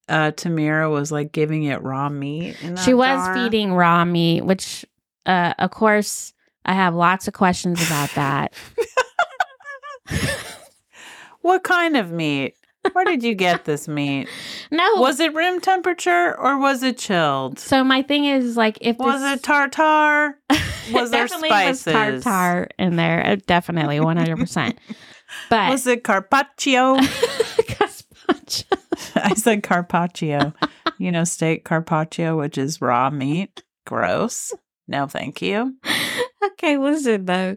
[SPEAKER 2] uh Tamira was like giving it raw meat. in
[SPEAKER 1] She
[SPEAKER 2] that
[SPEAKER 1] was
[SPEAKER 2] jar.
[SPEAKER 1] feeding raw meat, which, uh, of course, I have lots of questions about that.
[SPEAKER 2] What kind of meat? Where did you get this meat?
[SPEAKER 1] no,
[SPEAKER 2] Was it room temperature or was it chilled?
[SPEAKER 1] so my thing is like if
[SPEAKER 2] Was
[SPEAKER 1] this,
[SPEAKER 2] it tartar? was there
[SPEAKER 1] definitely
[SPEAKER 2] spices?
[SPEAKER 1] was tartar in there? uh, Definitely, one hundred percent. But
[SPEAKER 2] Was it carpaccio?
[SPEAKER 1] Gazpacho.
[SPEAKER 2] I said carpaccio. You know, steak carpaccio, which is raw meat. Gross. No, thank you.
[SPEAKER 1] okay, listen though.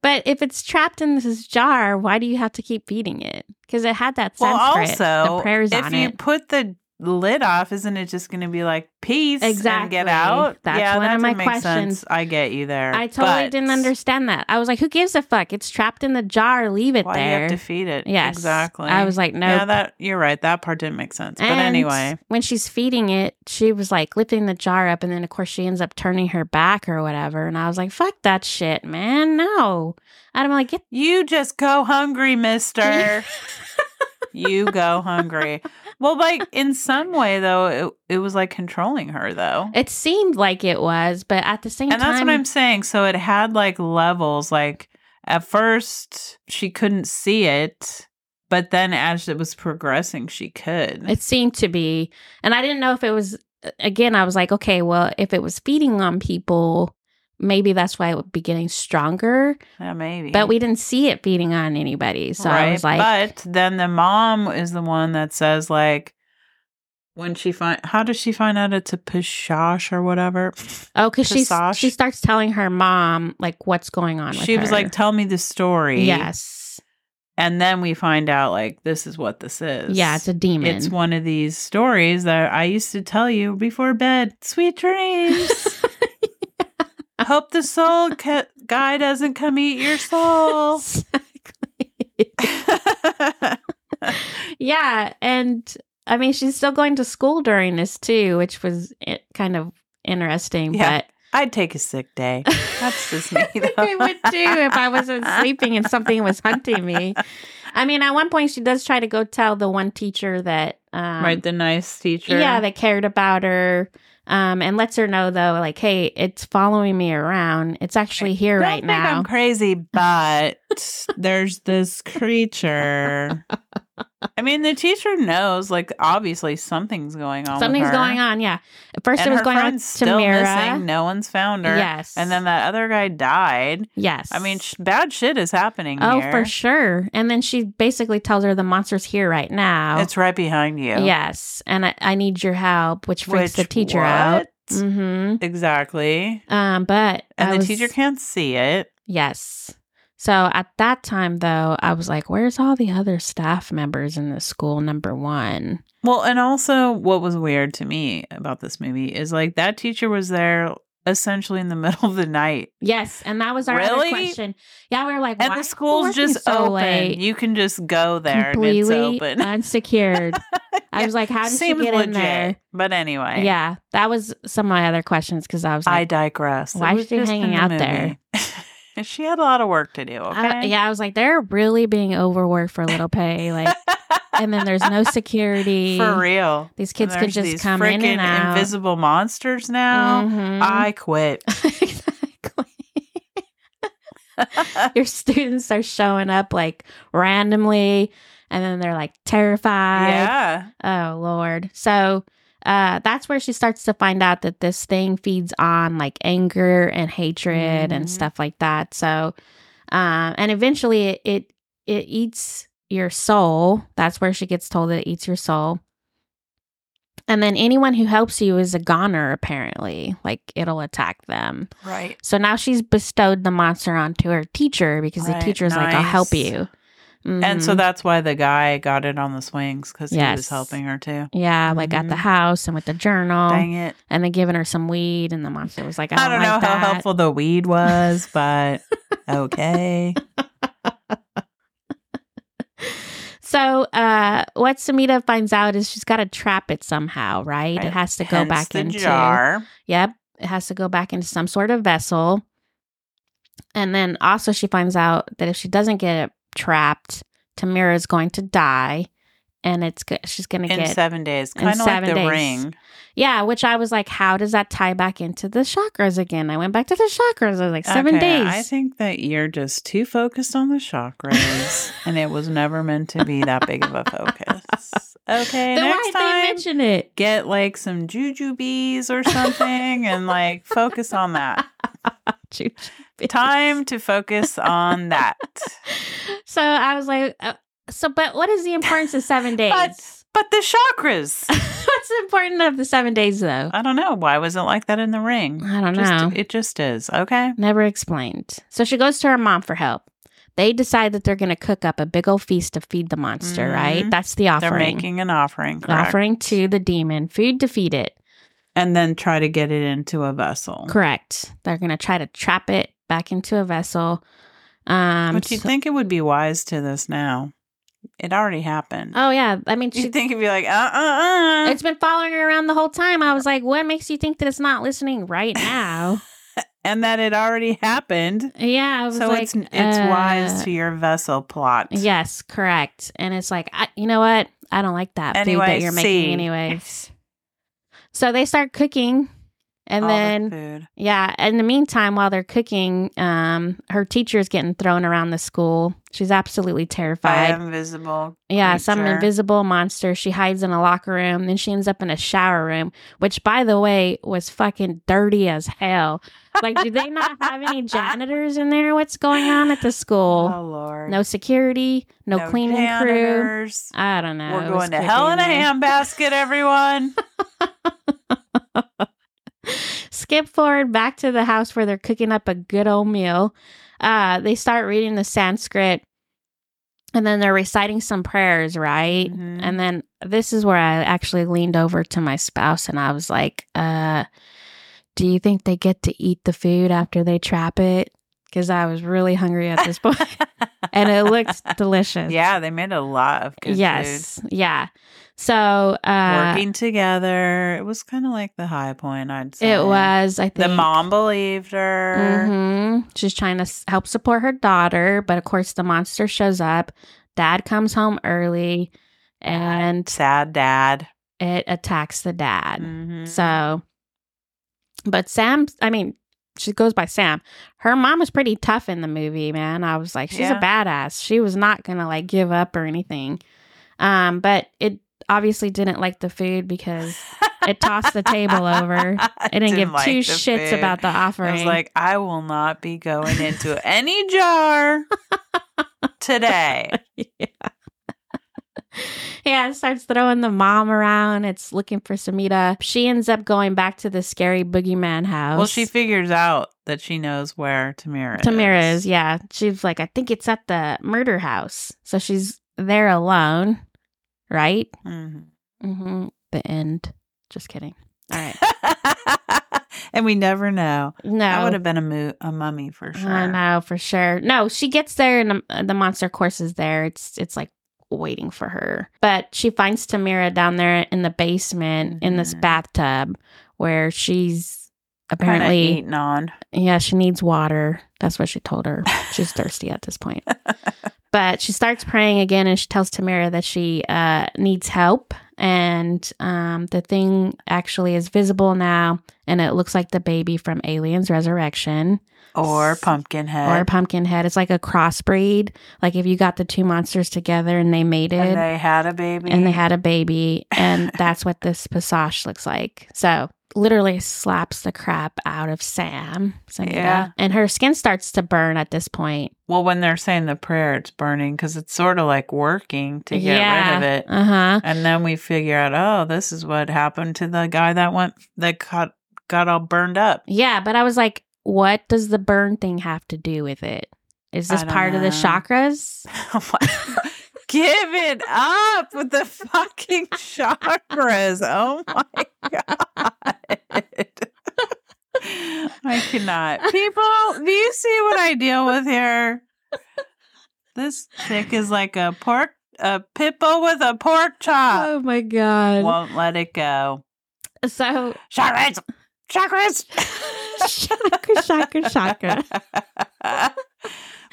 [SPEAKER 1] But if it's trapped in this jar, why do you have to keep feeding it? Because it had that
[SPEAKER 2] Well,
[SPEAKER 1] sense
[SPEAKER 2] also,
[SPEAKER 1] the prayers
[SPEAKER 2] if
[SPEAKER 1] on
[SPEAKER 2] you
[SPEAKER 1] it.
[SPEAKER 2] put the lid off, isn't it just going to be like peace and
[SPEAKER 1] Exactly.
[SPEAKER 2] get out?
[SPEAKER 1] That's
[SPEAKER 2] yeah,
[SPEAKER 1] one
[SPEAKER 2] that
[SPEAKER 1] of my
[SPEAKER 2] doesn't make
[SPEAKER 1] questions.
[SPEAKER 2] sense. I get you there.
[SPEAKER 1] I totally
[SPEAKER 2] but
[SPEAKER 1] didn't understand that. I was like, who gives a fuck? It's trapped in the jar. Leave it
[SPEAKER 2] Why do you
[SPEAKER 1] there.
[SPEAKER 2] have to feed it?
[SPEAKER 1] Yes.
[SPEAKER 2] exactly.
[SPEAKER 1] I was like, no.
[SPEAKER 2] Yeah, that you're right. That part didn't make sense. But
[SPEAKER 1] And
[SPEAKER 2] anyway,
[SPEAKER 1] when she's feeding it, she was like lifting the jar up, and then of course she ends up turning her back or whatever. And I was like, "Fuck that shit, man! No!" And I'm like, "Get
[SPEAKER 2] you just go hungry, Mister. you go hungry. Well, like in some way though, it, it was like controlling her though.
[SPEAKER 1] It seemed like it was, but at the same
[SPEAKER 2] and
[SPEAKER 1] time,
[SPEAKER 2] that's what I'm saying. So it had like levels. Like at first, she couldn't see it, but then as it was progressing, she could.
[SPEAKER 1] it seemed to be. And I didn't know if it was, again, I was like, okay, well, if it was feeding on people, maybe that's why it would be getting stronger.
[SPEAKER 2] yeah, maybe.
[SPEAKER 1] But we didn't see it feeding on anybody. So I was like,
[SPEAKER 2] but then the mom is the one that says like. When she find, how does she find out it's a pishosh or whatever?
[SPEAKER 1] oh, because she,
[SPEAKER 2] Pisash.
[SPEAKER 1] she starts telling her mom, like, what's going on with
[SPEAKER 2] She was
[SPEAKER 1] her.
[SPEAKER 2] like, "Tell me the story."
[SPEAKER 1] yes.
[SPEAKER 2] and then we find out like this is what this is.
[SPEAKER 1] Yeah, it's a demon.
[SPEAKER 2] It's one of these stories that I used to tell you before bed. Sweet dreams. Hope the soul ca- guy doesn't come eat your soul.
[SPEAKER 1] Exactly. yeah and i mean she's still going to school during this too which was i- kind of interesting
[SPEAKER 2] Yeah.
[SPEAKER 1] but
[SPEAKER 2] I'd take a sick day. That's just me.
[SPEAKER 1] i think
[SPEAKER 2] though.
[SPEAKER 1] i would too if i wasn't sleeping and something was hunting me i mean at one point she does try to go tell the one teacher that um,
[SPEAKER 2] right, the nice teacher.
[SPEAKER 1] yeah that cared about her um, and lets her know though like hey it's following me around it's actually here
[SPEAKER 2] Don't
[SPEAKER 1] right
[SPEAKER 2] think
[SPEAKER 1] now
[SPEAKER 2] I'm crazy, but there's this creature. I mean, the teacher knows, like, obviously something's going on. with
[SPEAKER 1] something's
[SPEAKER 2] her.
[SPEAKER 1] going on yeah at first
[SPEAKER 2] and
[SPEAKER 1] it was
[SPEAKER 2] her
[SPEAKER 1] going on with
[SPEAKER 2] friend's still missing.
[SPEAKER 1] tamira
[SPEAKER 2] No one's found her.
[SPEAKER 1] yes
[SPEAKER 2] And then that other guy died.
[SPEAKER 1] yes
[SPEAKER 2] I mean, sh- bad shit is happening
[SPEAKER 1] Oh,
[SPEAKER 2] here.
[SPEAKER 1] for sure. And then she basically tells her the monster's here right now.
[SPEAKER 2] It's right behind you.
[SPEAKER 1] Yes, and I, I need your help, which freaks the
[SPEAKER 2] Which-
[SPEAKER 1] teacher
[SPEAKER 2] what?
[SPEAKER 1] out. hmm
[SPEAKER 2] Exactly.
[SPEAKER 1] Um, but
[SPEAKER 2] And
[SPEAKER 1] I
[SPEAKER 2] the
[SPEAKER 1] was-
[SPEAKER 2] teacher can't see it.
[SPEAKER 1] Yes. So at that time, though, I was like, "Where's all the other staff members in the school?" Number one.
[SPEAKER 2] Well, and also what was weird to me about this movie is like that teacher was there essentially in the middle of the night.
[SPEAKER 1] Yes, and that was our other
[SPEAKER 2] Really?
[SPEAKER 1] question. Yeah, we were like,
[SPEAKER 2] And
[SPEAKER 1] why are
[SPEAKER 2] the
[SPEAKER 1] people
[SPEAKER 2] school's
[SPEAKER 1] working
[SPEAKER 2] just
[SPEAKER 1] so
[SPEAKER 2] open.
[SPEAKER 1] late?
[SPEAKER 2] You can just go there
[SPEAKER 1] completely
[SPEAKER 2] and it's open.
[SPEAKER 1] unsecured. I
[SPEAKER 2] Yeah.
[SPEAKER 1] was like, how did she
[SPEAKER 2] Seems
[SPEAKER 1] get
[SPEAKER 2] legit.
[SPEAKER 1] in there?
[SPEAKER 2] But anyway.
[SPEAKER 1] Yeah, that was some of my other questions because I was
[SPEAKER 2] I
[SPEAKER 1] like,
[SPEAKER 2] digress. It
[SPEAKER 1] why
[SPEAKER 2] was
[SPEAKER 1] is she
[SPEAKER 2] just
[SPEAKER 1] hanging
[SPEAKER 2] in the
[SPEAKER 1] out there?
[SPEAKER 2] movie. she had a lot of work to do.
[SPEAKER 1] I-
[SPEAKER 2] Okay.
[SPEAKER 1] yeah, I was like, they're really being overworked for little pay. Like, and then there's no security.
[SPEAKER 2] For real.
[SPEAKER 1] These kids
[SPEAKER 2] And
[SPEAKER 1] could
[SPEAKER 2] there's
[SPEAKER 1] just
[SPEAKER 2] these
[SPEAKER 1] come in
[SPEAKER 2] frickin'
[SPEAKER 1] and out.
[SPEAKER 2] invisible monsters now.
[SPEAKER 1] Mhm.
[SPEAKER 2] I quit.
[SPEAKER 1] exactly. Your students are showing up like randomly, and then they're like terrified.
[SPEAKER 2] yeah.
[SPEAKER 1] Oh Lord. So uh that's where she starts to find out that this thing feeds on like anger and hatred and
[SPEAKER 2] Mhm.
[SPEAKER 1] stuff like that. So um and eventually it it, it eats your soul. That's where she gets told that it eats your soul. And then anyone who helps you is a goner, apparently. Like it'll attack them.
[SPEAKER 2] Right.
[SPEAKER 1] So now she's bestowed the monster onto her teacher because
[SPEAKER 2] Right,
[SPEAKER 1] the teacher's like, I'll help
[SPEAKER 2] nice.
[SPEAKER 1] you.
[SPEAKER 2] And so
[SPEAKER 1] Mhm.
[SPEAKER 2] that's why the guy got it on the swings because he
[SPEAKER 1] Yes.
[SPEAKER 2] was helping her too.
[SPEAKER 1] yeah, like at the
[SPEAKER 2] Mhm.
[SPEAKER 1] house and with the journal.
[SPEAKER 2] Dang it.
[SPEAKER 1] and then giving her some weed and the monster was like i
[SPEAKER 2] I
[SPEAKER 1] Oh,
[SPEAKER 2] don't,
[SPEAKER 1] don't, like
[SPEAKER 2] know
[SPEAKER 1] that.
[SPEAKER 2] how helpful the weed was, but okay.
[SPEAKER 1] so uh what samita finds out is she's got to trap it somehow right, it
[SPEAKER 2] Right.
[SPEAKER 1] has to go
[SPEAKER 2] Uh, Hence
[SPEAKER 1] back
[SPEAKER 2] the
[SPEAKER 1] into
[SPEAKER 2] jar.
[SPEAKER 1] yep it has to go back into some sort of vessel and then also she finds out that if she doesn't get it trapped tamira is going to die and it's go- she's gonna
[SPEAKER 2] in
[SPEAKER 1] get
[SPEAKER 2] seven days,
[SPEAKER 1] in
[SPEAKER 2] kind of like
[SPEAKER 1] seven
[SPEAKER 2] the
[SPEAKER 1] days.
[SPEAKER 2] ring.
[SPEAKER 1] yeah which i was like how does that tie back into the chakras again i went back to the chakras i was like seven
[SPEAKER 2] Okay,
[SPEAKER 1] days
[SPEAKER 2] I think that you're just too focused on the chakras, and it was never meant to be that big of a focus. Okay,
[SPEAKER 1] then
[SPEAKER 2] next
[SPEAKER 1] why did they
[SPEAKER 2] time
[SPEAKER 1] mention it
[SPEAKER 2] get like some jujubes or something, and like focus on that. Time to focus on that.
[SPEAKER 1] So I was like, uh, so, but what is the importance of seven days?
[SPEAKER 2] But- But the chakras.
[SPEAKER 1] What's the importance of the seven days, though?
[SPEAKER 2] I don't know why was it like that in the ring.
[SPEAKER 1] I don't
[SPEAKER 2] Just,
[SPEAKER 1] know.
[SPEAKER 2] It just is. Okay.
[SPEAKER 1] Never explained. So she goes to her mom for help. They decide that they're going to cook up a big old feast to feed the monster,
[SPEAKER 2] Mhm.
[SPEAKER 1] right? That's the offering.
[SPEAKER 2] They're making an offering,
[SPEAKER 1] The
[SPEAKER 2] correct?
[SPEAKER 1] offering to the demon, food to feed it.
[SPEAKER 2] and then try to get it into a vessel.
[SPEAKER 1] Correct. They're going to try to trap it back into a vessel. Um,
[SPEAKER 2] But you'd
[SPEAKER 1] so-
[SPEAKER 2] think it would be wise to this now. It already happened.
[SPEAKER 1] oh, yeah. I mean, she,
[SPEAKER 2] you'd think it'd be like, uh, uh, uh.
[SPEAKER 1] it's been following her around the whole time. I was like, what makes you think that it's not listening right now?
[SPEAKER 2] and that it already happened.
[SPEAKER 1] Yeah, I was
[SPEAKER 2] So
[SPEAKER 1] like,
[SPEAKER 2] it's it's wise
[SPEAKER 1] uh,
[SPEAKER 2] to your vessel plot.
[SPEAKER 1] Yes, correct. And it's like, I, you know what? I don't like that food that
[SPEAKER 2] Anyway,
[SPEAKER 1] you're
[SPEAKER 2] see.
[SPEAKER 1] making, anyways. So they start cooking, and
[SPEAKER 2] All the
[SPEAKER 1] then
[SPEAKER 2] food.
[SPEAKER 1] yeah. In the meantime, while they're cooking, um, her teacher's getting thrown around the school. She's absolutely
[SPEAKER 2] by
[SPEAKER 1] terrified.
[SPEAKER 2] invisible.
[SPEAKER 1] Yeah, some
[SPEAKER 2] creature.
[SPEAKER 1] invisible monster. She hides in a locker room, then she ends up in a shower room, which, by the way, was fucking dirty as hell. Like, do they not have any janitors in there? What's going on at the school?
[SPEAKER 2] Oh Lord!
[SPEAKER 1] No security, no, cleaning crew.
[SPEAKER 2] janitors.
[SPEAKER 1] I don't know.
[SPEAKER 2] We're
[SPEAKER 1] It was
[SPEAKER 2] going to
[SPEAKER 1] creepy
[SPEAKER 2] hell in a
[SPEAKER 1] there.
[SPEAKER 2] handbasket, everyone.
[SPEAKER 1] Skip forward back to the house where they're cooking up a good old meal. Uh, they start reading the Sanskrit and then they're reciting some prayers, right?
[SPEAKER 2] Mhm.
[SPEAKER 1] And then this is where I actually leaned over to my spouse and I was like, uh, Do you think they get to eat the food after they trap it? Because I was really hungry at this point and it looked delicious.
[SPEAKER 2] yeah, they made a lot of good food.
[SPEAKER 1] yes. Yeah. So, uh,
[SPEAKER 2] Working together, it was kind of like the high point. I'd say
[SPEAKER 1] It was, I think.
[SPEAKER 2] The mom believed her.
[SPEAKER 1] hmm She's trying to s- help support her daughter, but of course the monster shows up. Dad comes home early, and
[SPEAKER 2] Sad dad.
[SPEAKER 1] it attacks the dad.
[SPEAKER 2] Mhm.
[SPEAKER 1] So, but Sam, I mean, she goes by Sam. Her mom was pretty tough in the movie, man. I was like, she's a badass. She was not gonna like give up or anything. Um, but it obviously didn't like the food because it tossed the table over.
[SPEAKER 2] I
[SPEAKER 1] It didn't, give
[SPEAKER 2] like
[SPEAKER 1] two
[SPEAKER 2] the
[SPEAKER 1] shits
[SPEAKER 2] food.
[SPEAKER 1] about the offering.
[SPEAKER 2] I was like, I will not be going into any jar today.
[SPEAKER 1] yeah, it starts throwing the mom around. It's looking for Samita. She ends up going back to the scary boogeyman house.
[SPEAKER 2] Well, she figures out that she knows where Tamira is.
[SPEAKER 1] Tamira is, yeah. She's like, I think it's at the murder house. So she's there alone, right?
[SPEAKER 2] Mhm.
[SPEAKER 1] Mm-hmm. The end. Just kidding. All right.
[SPEAKER 2] and we never know.
[SPEAKER 1] No.
[SPEAKER 2] I would have been a, mo- a mummy for sure.
[SPEAKER 1] I know for sure. No, she gets there and the, the monster course is there. It's it's like waiting for her. But she finds Tamira down there in the basement in this
[SPEAKER 2] Mhm.
[SPEAKER 1] bathtub where she's
[SPEAKER 2] Kinda
[SPEAKER 1] apparently
[SPEAKER 2] eating on.
[SPEAKER 1] yeah, she needs water. That's what she told her. She's thirsty at this point. But she starts praying again and she tells Tamira that she uh, needs help. And um, the thing actually is visible now. And it looks like the baby from Aliens Resurrection
[SPEAKER 2] Or
[SPEAKER 1] S-
[SPEAKER 2] Pumpkinhead.
[SPEAKER 1] or Pumpkinhead. It's like a crossbreed. Like if you got the two monsters together and they mated
[SPEAKER 2] and
[SPEAKER 1] and
[SPEAKER 2] they had a baby.
[SPEAKER 1] they, had a baby, and that's what this Passage looks like. So literally slaps the crap out of Sam. Sunita,
[SPEAKER 2] Yeah.
[SPEAKER 1] And her skin starts to burn at this point.
[SPEAKER 2] Well, when they're saying the prayer, it's burning because it's sort of like working to get rid of it.
[SPEAKER 1] Uh huh.
[SPEAKER 2] And then we figure out, oh, this is what happened to the guy that went that got got all burned up.
[SPEAKER 1] Yeah, but I was like, what does the burn thing have to do with it? Is
[SPEAKER 2] I
[SPEAKER 1] this
[SPEAKER 2] don't
[SPEAKER 1] part of the
[SPEAKER 2] know.
[SPEAKER 1] chakras?
[SPEAKER 2] Give it up with the fucking chakras. Oh my god. I cannot. People, do you see what I deal with here? This chick is like a pork a pitbull with a pork chop.
[SPEAKER 1] Oh my god.
[SPEAKER 2] Won't let it go.
[SPEAKER 1] so
[SPEAKER 2] Chakras. Chakras.
[SPEAKER 1] chakra, chakra, chakra.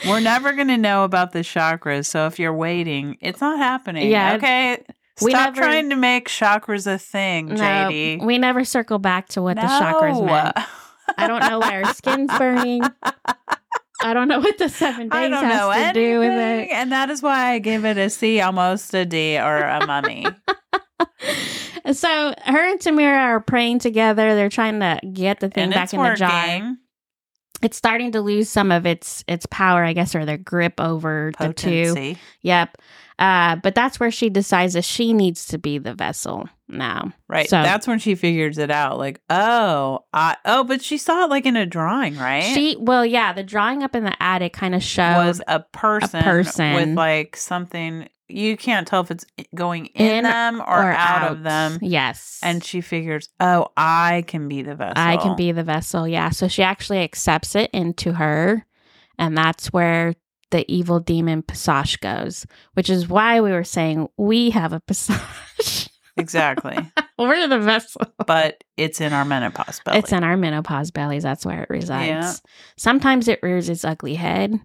[SPEAKER 2] We're never going to know about the chakras. So if you're waiting, it's not happening.
[SPEAKER 1] Yeah.
[SPEAKER 2] Okay.
[SPEAKER 1] We
[SPEAKER 2] Stop
[SPEAKER 1] never-
[SPEAKER 2] trying to make chakras a thing, JD.
[SPEAKER 1] No, we never circle back to what the chakras
[SPEAKER 2] No.
[SPEAKER 1] meant. I don't know why her skin's burning. I don't know what the seven
[SPEAKER 2] I
[SPEAKER 1] days
[SPEAKER 2] don't know
[SPEAKER 1] has to
[SPEAKER 2] anything.
[SPEAKER 1] do with it.
[SPEAKER 2] And that is why I give it a C, almost a D, or a mummy.
[SPEAKER 1] So her and Tamira are praying together. They're trying to get the thing
[SPEAKER 2] and
[SPEAKER 1] back
[SPEAKER 2] it's
[SPEAKER 1] in
[SPEAKER 2] working.
[SPEAKER 1] the jar. It's starting to lose some of its its power, I guess, or their grip over the two.
[SPEAKER 2] Potency.
[SPEAKER 1] Yep. Uh, but that's where she decides that she needs to be the vessel now.
[SPEAKER 2] Right.
[SPEAKER 1] So-
[SPEAKER 2] That's when she figures it out. Like, oh, I, oh, but she saw it like in a drawing, right?
[SPEAKER 1] She well, yeah, the drawing up in the attic kind of showed
[SPEAKER 2] was a person, with
[SPEAKER 1] person.
[SPEAKER 2] like something you can't tell if it's going in,
[SPEAKER 1] In
[SPEAKER 2] them or, out, of them.
[SPEAKER 1] Yes.
[SPEAKER 2] And she figures, oh, I can be the vessel.
[SPEAKER 1] I can be the vessel. Yeah. So she actually accepts it into her. And that's where the evil demon Passage goes, which is why we were saying we have a Passage.
[SPEAKER 2] exactly,
[SPEAKER 1] We're the vessel.
[SPEAKER 2] but it's in our menopause belly.
[SPEAKER 1] It's in our menopause bellies. That's where it resides. Sometimes it rears its ugly head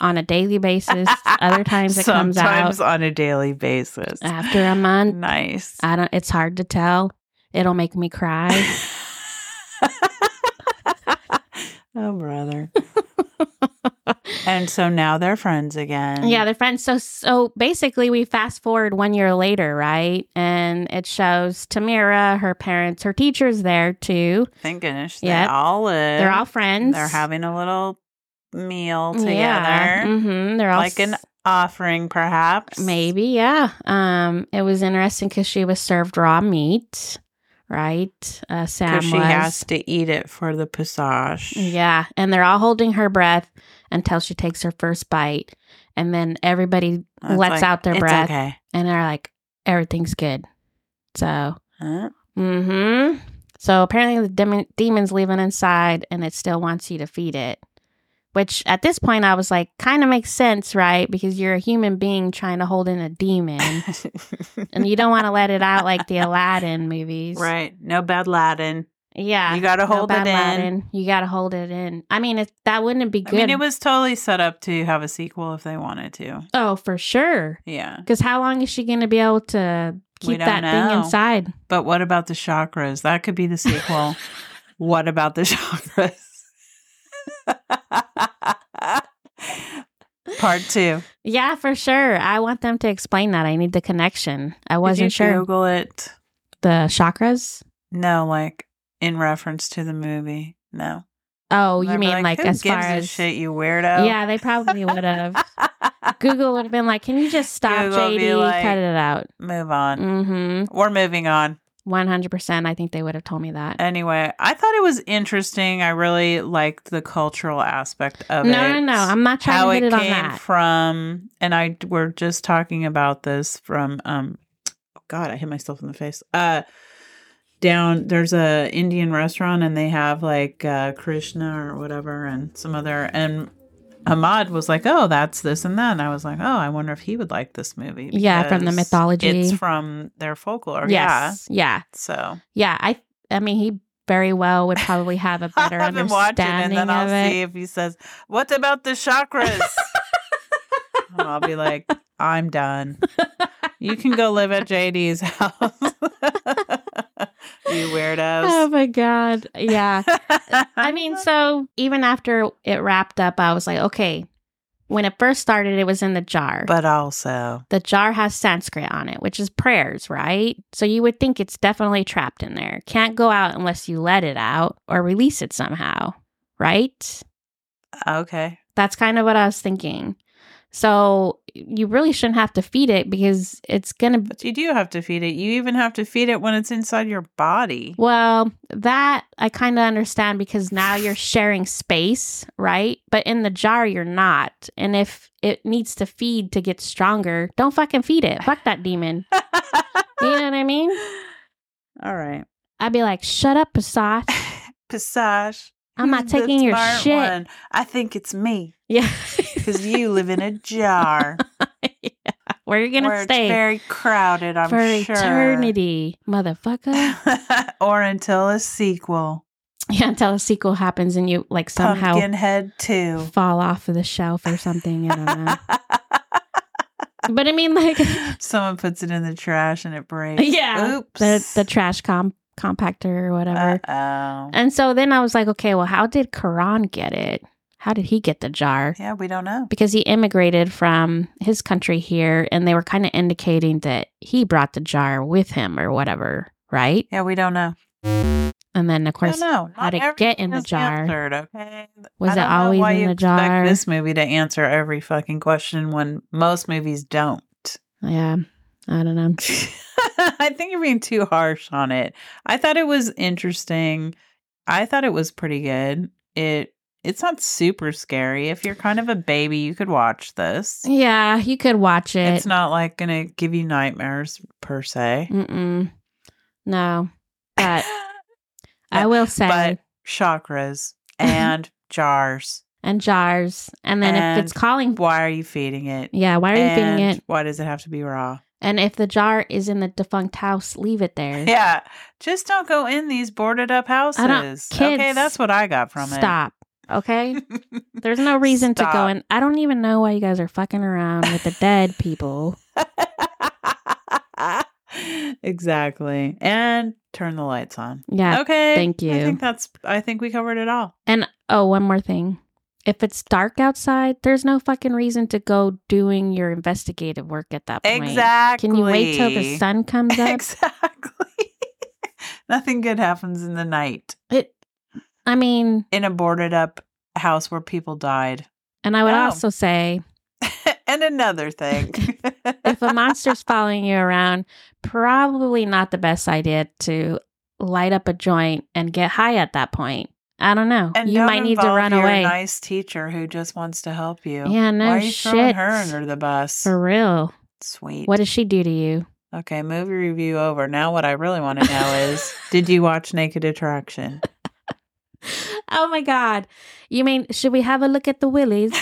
[SPEAKER 1] on a daily basis. Other times it comes out
[SPEAKER 2] Sometimes on a daily basis.
[SPEAKER 1] after a month.
[SPEAKER 2] nice.
[SPEAKER 1] I don't it's hard to tell. It'll make me cry.
[SPEAKER 2] oh, brother. and so now they're friends again.
[SPEAKER 1] Yeah, they're friends. So so basically we fast forward one year later, right? And it shows Tamira, her parents, her teachers there too.
[SPEAKER 2] Thank goodness they
[SPEAKER 1] Yep.
[SPEAKER 2] all live.
[SPEAKER 1] They're all friends.
[SPEAKER 2] They're having a little meal together.
[SPEAKER 1] hmm They're all
[SPEAKER 2] like an
[SPEAKER 1] s-
[SPEAKER 2] offering, perhaps.
[SPEAKER 1] maybe, yeah. Um, it was interesting because she was served raw meat, right? Uh, Sam
[SPEAKER 2] Because she
[SPEAKER 1] was.
[SPEAKER 2] has to eat it for the passage.
[SPEAKER 1] Yeah, and they're all holding her breath until she takes her first bite, and then everybody
[SPEAKER 2] It's like,
[SPEAKER 1] lets out their
[SPEAKER 2] "It's
[SPEAKER 1] breath,
[SPEAKER 2] Okay.
[SPEAKER 1] and they're like, "Everything's good." So.
[SPEAKER 2] Huh?
[SPEAKER 1] Mm-hmm. So apparently the demon, demon's leaving inside and it still wants you to feed it. Which at this point I was like, kind of makes sense, right? Because you're a human being trying to hold in a demon and you don't want to let it out like the Aladdin movies.
[SPEAKER 2] right. No bad Latin.
[SPEAKER 1] Yeah.
[SPEAKER 2] you got to
[SPEAKER 1] No
[SPEAKER 2] hold
[SPEAKER 1] bad
[SPEAKER 2] it in.
[SPEAKER 1] Aladdin. You got to hold it in. I mean, it, that wouldn't be
[SPEAKER 2] I
[SPEAKER 1] good.
[SPEAKER 2] mean, it was totally set up to have a sequel if they wanted to.
[SPEAKER 1] oh, for sure.
[SPEAKER 2] Yeah.
[SPEAKER 1] Because how long is she going to be able to
[SPEAKER 2] We
[SPEAKER 1] keep
[SPEAKER 2] don't
[SPEAKER 1] that
[SPEAKER 2] know.
[SPEAKER 1] thing inside?
[SPEAKER 2] But what about the chakras? That could be the sequel. what about the chakras? Part two.
[SPEAKER 1] Yeah, for sure. I want them to explain that. I need the connection. I
[SPEAKER 2] Did you
[SPEAKER 1] wasn't sure.
[SPEAKER 2] Google it.
[SPEAKER 1] the chakras?
[SPEAKER 2] No, like in reference to the movie. No.
[SPEAKER 1] Oh, you
[SPEAKER 2] I'd be
[SPEAKER 1] mean like,
[SPEAKER 2] "Who
[SPEAKER 1] as far
[SPEAKER 2] gives a
[SPEAKER 1] as
[SPEAKER 2] shit, you weirdo.
[SPEAKER 1] yeah, they probably would have. Google would have been like, "Can you just stop,
[SPEAKER 2] Google would be
[SPEAKER 1] JD?
[SPEAKER 2] like-
[SPEAKER 1] Cut it out."
[SPEAKER 2] Move on.
[SPEAKER 1] Mm-hmm.
[SPEAKER 2] We're moving on.
[SPEAKER 1] One hundred percent. I think they would have told me that.
[SPEAKER 2] Anyway, I thought it was interesting. I really liked the cultural aspect of
[SPEAKER 1] No,
[SPEAKER 2] it.
[SPEAKER 1] no, no. I'm not trying
[SPEAKER 2] how
[SPEAKER 1] to
[SPEAKER 2] it
[SPEAKER 1] hit it,
[SPEAKER 2] came
[SPEAKER 1] on that.
[SPEAKER 2] from, and I we're just talking about this from, um, oh God, I hit myself in the face. Uh, down there's a Indian restaurant and they have like uh, Krishna or whatever and some other and Ahmad was like, "Oh, that's this and that." And I was like, "Oh, I wonder if he would like this movie."
[SPEAKER 1] Yeah, from the
[SPEAKER 2] because
[SPEAKER 1] mythology.
[SPEAKER 2] It's from their folklore. Yeah.
[SPEAKER 1] Yes. Yeah.
[SPEAKER 2] So
[SPEAKER 1] Yeah. I I mean he very well would probably have a better
[SPEAKER 2] I haven't watched it, and
[SPEAKER 1] understanding
[SPEAKER 2] then I'll
[SPEAKER 1] of it.
[SPEAKER 2] see if he says, "What about the chakras?" and I'll be like, "I'm done. You can go live at JD's house, you
[SPEAKER 1] Oh
[SPEAKER 2] weirdos."
[SPEAKER 1] my god. Yeah. Um, I
[SPEAKER 2] I
[SPEAKER 1] mean, so even after it wrapped up, I was like, okay, when it first started, it was in the jar.
[SPEAKER 2] but also,
[SPEAKER 1] the jar has Sanskrit on it, which is prayers, right? So you would think it's definitely trapped in there. Can't go out unless you let it out or release it somehow, right?
[SPEAKER 2] okay,
[SPEAKER 1] That's kind of what I was thinking. So you really shouldn't have to feed it because it's going to
[SPEAKER 2] but you do have to feed it. You even have to feed it when it's inside your body.
[SPEAKER 1] Well, that I kind of understand because now you're sharing space, right? But in the jar, you're not. And if it needs to feed to get stronger, don't fucking feed it. Fuck that demon. You know what I mean?
[SPEAKER 2] All right,
[SPEAKER 1] I'd be like, shut up, Passat.
[SPEAKER 2] Passage.
[SPEAKER 1] I'm not
[SPEAKER 2] who's the
[SPEAKER 1] taking your
[SPEAKER 2] smart
[SPEAKER 1] shit.
[SPEAKER 2] one? I think it's me
[SPEAKER 1] Yeah.
[SPEAKER 2] because you live in a jar.
[SPEAKER 1] Yeah. Where you going
[SPEAKER 2] where
[SPEAKER 1] to
[SPEAKER 2] it's
[SPEAKER 1] stay
[SPEAKER 2] very crowded, I'm
[SPEAKER 1] for
[SPEAKER 2] sure.
[SPEAKER 1] eternity, motherfucker.
[SPEAKER 2] or until a sequel,
[SPEAKER 1] yeah, until a sequel happens and you like somehow
[SPEAKER 2] Pumpkinhead 2.
[SPEAKER 1] fall off of the shelf or something. I don't know. but I mean, like.
[SPEAKER 2] Someone puts it in the trash and it breaks.
[SPEAKER 1] Yeah.
[SPEAKER 2] Oops. Uh.
[SPEAKER 1] the the trash com- compactor or whatever.
[SPEAKER 2] Uh-oh.
[SPEAKER 1] and so then I was like, okay, well, how did Karan get it? How did he get the jar?
[SPEAKER 2] Yeah, we don't know.
[SPEAKER 1] Because he immigrated from his country here, and they were kind of indicating that he brought the jar with him or whatever, right?
[SPEAKER 2] Yeah, we don't know.
[SPEAKER 1] And then of
[SPEAKER 2] I
[SPEAKER 1] course,
[SPEAKER 2] don't know.
[SPEAKER 1] how
[SPEAKER 2] Not
[SPEAKER 1] did it get
[SPEAKER 2] everything
[SPEAKER 1] in the
[SPEAKER 2] is
[SPEAKER 1] jar?
[SPEAKER 2] answered, okay?
[SPEAKER 1] Was
[SPEAKER 2] I
[SPEAKER 1] it
[SPEAKER 2] don't know
[SPEAKER 1] always
[SPEAKER 2] why
[SPEAKER 1] in
[SPEAKER 2] you
[SPEAKER 1] the
[SPEAKER 2] expect
[SPEAKER 1] jar?
[SPEAKER 2] this movie to answer every fucking question when most movies don't.
[SPEAKER 1] yeah, I don't know.
[SPEAKER 2] I think you're being too harsh on it. I thought it was interesting. I thought it was pretty good. It it's not super scary. If you're kind of a baby, you could watch this.
[SPEAKER 1] Yeah, you could watch it.
[SPEAKER 2] It's not like gonna give you nightmares per se.
[SPEAKER 1] Mm-mm. No, but I will say,
[SPEAKER 2] but chakras and jars.
[SPEAKER 1] and jars, and then if it's
[SPEAKER 2] And-
[SPEAKER 1] calling,
[SPEAKER 2] Why are you feeding it?
[SPEAKER 1] yeah, why are you feeding it?
[SPEAKER 2] And Why does it have to be raw?
[SPEAKER 1] And if the jar is in the defunct house, leave it there.
[SPEAKER 2] Yeah. Just don't go in these boarded up houses.
[SPEAKER 1] don't-
[SPEAKER 2] okay,
[SPEAKER 1] kids,
[SPEAKER 2] that's what I got from
[SPEAKER 1] Stop. Okay?
[SPEAKER 2] it.
[SPEAKER 1] There's no reason to go
[SPEAKER 2] Stop.
[SPEAKER 1] in. I don't even know why you guys are fucking around with the dead people.
[SPEAKER 2] exactly. And turn the lights on.
[SPEAKER 1] Yeah.
[SPEAKER 2] okay.
[SPEAKER 1] thank
[SPEAKER 2] I
[SPEAKER 1] you.
[SPEAKER 2] think that's I think we covered it all.
[SPEAKER 1] And oh, one more thing. If it's dark outside, there's no fucking reason to go doing your investigative work at that point.
[SPEAKER 2] Exactly.
[SPEAKER 1] Can you wait till the sun comes up?
[SPEAKER 2] Exactly. Nothing good happens in the night
[SPEAKER 1] It, I mean,
[SPEAKER 2] in a boarded up house where people died.
[SPEAKER 1] and I would
[SPEAKER 2] No.
[SPEAKER 1] also say
[SPEAKER 2] and another thing.
[SPEAKER 1] if a monster's following you around, probably not the best idea to light up a joint and get high at that point. I don't know.
[SPEAKER 2] and
[SPEAKER 1] you
[SPEAKER 2] don't
[SPEAKER 1] might need to
[SPEAKER 2] involve
[SPEAKER 1] run
[SPEAKER 2] your
[SPEAKER 1] away.
[SPEAKER 2] Nice teacher who just wants to help you.
[SPEAKER 1] Yeah, no
[SPEAKER 2] Why are you throwing
[SPEAKER 1] shit.
[SPEAKER 2] her under the bus?
[SPEAKER 1] For real.
[SPEAKER 2] Sweet.
[SPEAKER 1] What does she do to you?
[SPEAKER 2] Okay, movie review over. Now, what I really want to know is did you watch Naked Attraction?
[SPEAKER 1] Oh my God. You mean, should we have a look at the willies?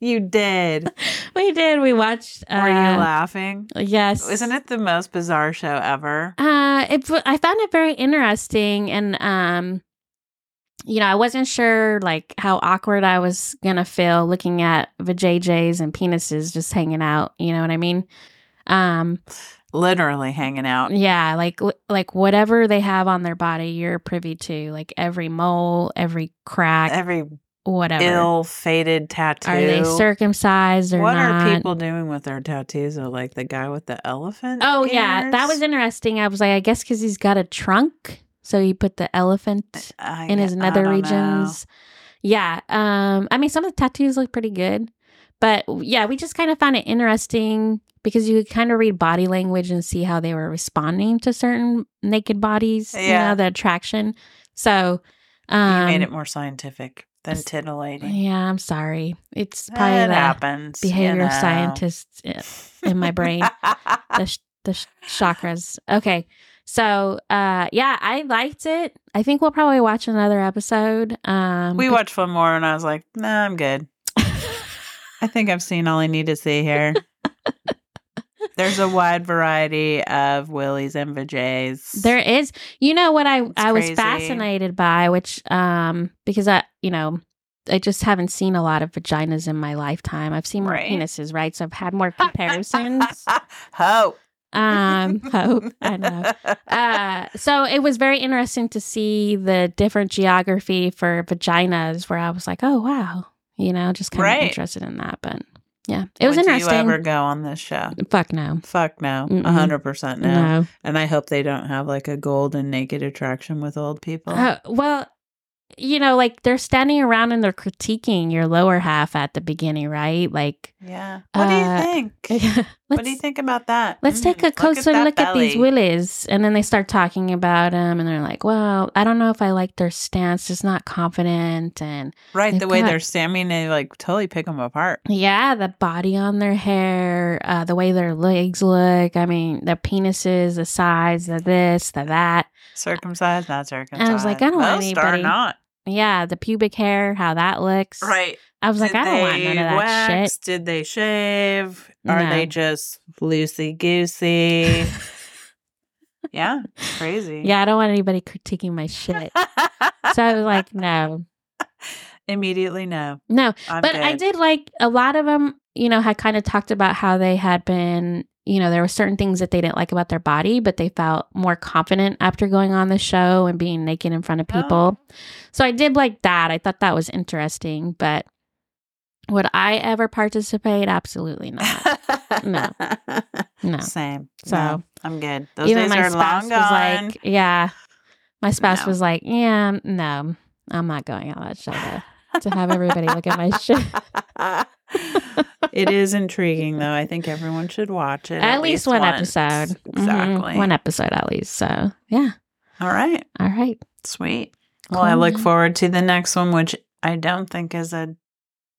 [SPEAKER 2] you did.
[SPEAKER 1] we did. We watched.
[SPEAKER 2] Were you
[SPEAKER 1] uh,
[SPEAKER 2] laughing?
[SPEAKER 1] Yes.
[SPEAKER 2] Isn't it the most bizarre show ever?
[SPEAKER 1] Uh, it, I found it very interesting, and um, you know, I wasn't sure like how awkward I was gonna feel looking at vajayjays and penises just hanging out. You know what I mean? Um,
[SPEAKER 2] Literally hanging out.
[SPEAKER 1] yeah, like like whatever they have on their body, you're privy to like every mole, every crack,
[SPEAKER 2] Every
[SPEAKER 1] whatever.
[SPEAKER 2] ill fated tattoo.
[SPEAKER 1] Are they circumcised or
[SPEAKER 2] what
[SPEAKER 1] not?
[SPEAKER 2] are people doing with their tattoos? Or like the guy with the elephant?
[SPEAKER 1] Oh yeah, that
[SPEAKER 2] ears?
[SPEAKER 1] was interesting. I was like, I guess because he's got a trunk, so he put the elephant.
[SPEAKER 2] I-
[SPEAKER 1] in his
[SPEAKER 2] I
[SPEAKER 1] nether
[SPEAKER 2] don't
[SPEAKER 1] regions. Yeah. Um, I mean, some of the tattoos look pretty good, but yeah, we just kind of found it interesting because you could kind of read body language and see how they were responding to certain naked bodies, you
[SPEAKER 2] Yeah.
[SPEAKER 1] know, the attraction. So,
[SPEAKER 2] know.
[SPEAKER 1] um,
[SPEAKER 2] you made it more scientific than titillating.
[SPEAKER 1] yeah, I'm sorry. It's
[SPEAKER 2] It
[SPEAKER 1] probably the
[SPEAKER 2] happens. you
[SPEAKER 1] behavior
[SPEAKER 2] know.
[SPEAKER 1] scientist in my brain. the sh- the sh- chakras. Okay. So, uh, yeah, I liked it. I think we'll probably watch another episode. Um,
[SPEAKER 2] We watched one more and I was like, nah, I'm good. I think I've seen all I need to see here. There's a wide variety of Willies and Vijay's.
[SPEAKER 1] There is, you know, what I I was
[SPEAKER 2] crazy.
[SPEAKER 1] fascinated by, which um because I you know I just haven't seen a lot of vaginas in my lifetime. I've seen more
[SPEAKER 2] Right.
[SPEAKER 1] penises, right? So I've had more comparisons.
[SPEAKER 2] Hope.
[SPEAKER 1] um, hope I know. Uh, so it was very interesting to see the different geography for vaginas, where I was like, oh wow, you know, just kind of
[SPEAKER 2] Right.
[SPEAKER 1] interested in that. But yeah, it was
[SPEAKER 2] Would
[SPEAKER 1] interesting.
[SPEAKER 2] you ever go on this show?
[SPEAKER 1] Fuck no.
[SPEAKER 2] Fuck no.
[SPEAKER 1] Mm-mm.
[SPEAKER 2] A hundred percent no.
[SPEAKER 1] no.
[SPEAKER 2] And I hope they don't have like a gold and naked attraction with old people.
[SPEAKER 1] Uh, well, you know, like they're standing around and they're critiquing your lower half at the beginning, right? Like,
[SPEAKER 2] yeah. What do
[SPEAKER 1] uh,
[SPEAKER 2] you think?
[SPEAKER 1] let's
[SPEAKER 2] What do you think about that?
[SPEAKER 1] let's
[SPEAKER 2] Mm,
[SPEAKER 1] take a closer
[SPEAKER 2] that
[SPEAKER 1] look at these
[SPEAKER 2] belly.
[SPEAKER 1] willies, and then they start talking about them, and they're like, "Well, I don't know if I like their stance. It's not confident, and
[SPEAKER 2] Right, the
[SPEAKER 1] They've
[SPEAKER 2] way
[SPEAKER 1] got-
[SPEAKER 2] they're standing, they like totally pick them apart.
[SPEAKER 1] yeah, the body on their hair, uh, the way their legs look. I mean, their penises, the size, the this, the that.
[SPEAKER 2] Circumcised, not circumcised.
[SPEAKER 1] like, I don't want
[SPEAKER 2] Most are
[SPEAKER 1] anybody-
[SPEAKER 2] not.
[SPEAKER 1] Yeah, the pubic hair, how that looks.
[SPEAKER 2] Right.
[SPEAKER 1] I was like, I don't want none of that shit.
[SPEAKER 2] Did they shave? Are
[SPEAKER 1] No.
[SPEAKER 2] they just loosey goosey? yeah, it's crazy.
[SPEAKER 1] Yeah, I don't want anybody critiquing my shit. so I was like, no,
[SPEAKER 2] Immediately, no.
[SPEAKER 1] no.
[SPEAKER 2] I'm
[SPEAKER 1] But I
[SPEAKER 2] good.
[SPEAKER 1] did like a lot of them, you know, had kind of talked about how they had been, you know, there were certain things that they didn't like about their body, but they felt more confident after going on the show and being naked in front of
[SPEAKER 2] Oh.
[SPEAKER 1] people. So I did like that. I thought that was interesting, but would I ever participate? Absolutely not. No. No.
[SPEAKER 2] Same.
[SPEAKER 1] So-
[SPEAKER 2] No, I'm good. Those
[SPEAKER 1] Even
[SPEAKER 2] days
[SPEAKER 1] my
[SPEAKER 2] are long
[SPEAKER 1] spouse was
[SPEAKER 2] gone.
[SPEAKER 1] like, yeah. My spouse
[SPEAKER 2] No.
[SPEAKER 1] was like, yeah, no, I'm not going on that show to, to have everybody look at my shit.
[SPEAKER 2] it is intriguing, though. I think everyone should watch it.
[SPEAKER 1] at, least, one
[SPEAKER 2] once.
[SPEAKER 1] episode. Mhm.
[SPEAKER 2] Exactly.
[SPEAKER 1] One e- episode at least. So, yeah.
[SPEAKER 2] All right.
[SPEAKER 1] All right.
[SPEAKER 2] Sweet. Well, I look
[SPEAKER 1] Cool.
[SPEAKER 2] forward to the next one, which I don't think is a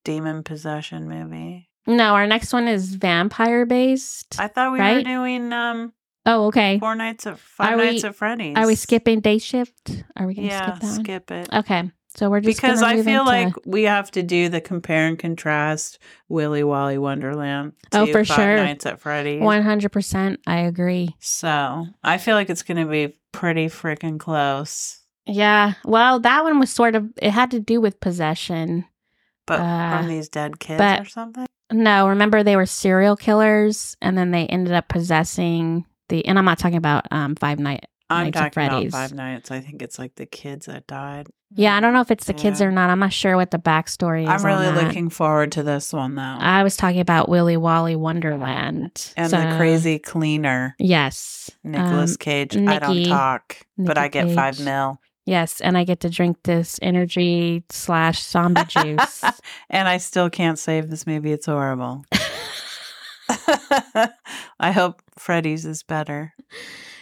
[SPEAKER 2] demon possession movie.
[SPEAKER 1] No, our next one is vampire based.
[SPEAKER 2] I thought we were
[SPEAKER 1] Right?
[SPEAKER 2] doing um
[SPEAKER 1] oh, okay.
[SPEAKER 2] Four Nights of Five
[SPEAKER 1] Are we-
[SPEAKER 2] Nights at Freddy's.
[SPEAKER 1] Are we skipping day shift? Are we going to
[SPEAKER 2] Yeah,
[SPEAKER 1] skip that
[SPEAKER 2] skip it.
[SPEAKER 1] one? Okay. So we're just
[SPEAKER 2] because
[SPEAKER 1] gonna
[SPEAKER 2] I
[SPEAKER 1] move
[SPEAKER 2] feel
[SPEAKER 1] into-
[SPEAKER 2] like we have to do the compare and contrast Willy Wally Wonderland.
[SPEAKER 1] Oh,
[SPEAKER 2] to
[SPEAKER 1] for
[SPEAKER 2] Five
[SPEAKER 1] sure.
[SPEAKER 2] Nights at Freddy's.
[SPEAKER 1] 100%. I agree.
[SPEAKER 2] So I feel like it's going to be pretty freaking close,
[SPEAKER 1] Yeah. Well, that one was sort of, it had to do with possession.
[SPEAKER 2] but
[SPEAKER 1] Uh,
[SPEAKER 2] from these dead kids
[SPEAKER 1] but-
[SPEAKER 2] or something.
[SPEAKER 1] No, remember they were serial killers and then they ended up possessing the, and I'm not talking about um, Five Night.
[SPEAKER 2] I'm
[SPEAKER 1] Nights at
[SPEAKER 2] talking about
[SPEAKER 1] Freddy's.
[SPEAKER 2] Five Nights. I think it's like the kids that died.
[SPEAKER 1] Yeah, I don't know if it's the kids
[SPEAKER 2] Mm. Yeah.
[SPEAKER 1] or not. I'm not sure what the backstory is.
[SPEAKER 2] I'm
[SPEAKER 1] on
[SPEAKER 2] really
[SPEAKER 1] that.
[SPEAKER 2] looking forward to this one though,
[SPEAKER 1] I was talking about Willy Wally Wonderland
[SPEAKER 2] and
[SPEAKER 1] So-
[SPEAKER 2] the crazy cleaner
[SPEAKER 1] Yes,
[SPEAKER 2] Nicolas
[SPEAKER 1] Um,
[SPEAKER 2] Cage. I don't
[SPEAKER 1] Nikki-
[SPEAKER 2] talk, but
[SPEAKER 1] Nikki
[SPEAKER 2] I get five
[SPEAKER 1] Cage.
[SPEAKER 2] mil,
[SPEAKER 1] yes, and I get to drink this energy slash zombie juice.
[SPEAKER 2] and I still can't save this movie. It's horrible. I hope Freddy's is better,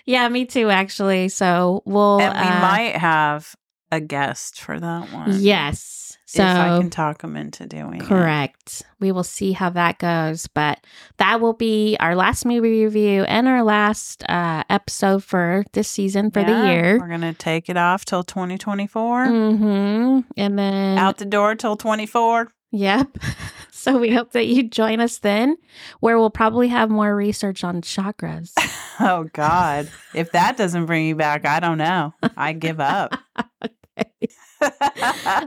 [SPEAKER 1] yeah, me too, actually. So we'll.
[SPEAKER 2] and we
[SPEAKER 1] uh,
[SPEAKER 2] might have a guest for that one.
[SPEAKER 1] Yes. So
[SPEAKER 2] if I can talk them into doing it.
[SPEAKER 1] Correct. We will see how that goes, but that will be our last movie review and our last uh, episode for this season for the
[SPEAKER 2] Yeah,
[SPEAKER 1] year.
[SPEAKER 2] We're gonna take it off till 2024.
[SPEAKER 1] hmm And then,
[SPEAKER 2] Out the door till 24.
[SPEAKER 1] yep. So we hope that you join us then, where we'll probably have more research on chakras.
[SPEAKER 2] Oh God! if that doesn't bring you back, I don't know. I give up.
[SPEAKER 1] All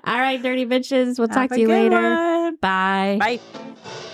[SPEAKER 1] right, dirty bitches. We'll talk
[SPEAKER 2] Have a
[SPEAKER 1] to you
[SPEAKER 2] good
[SPEAKER 1] later.
[SPEAKER 2] one.
[SPEAKER 1] Bye.
[SPEAKER 2] Bye.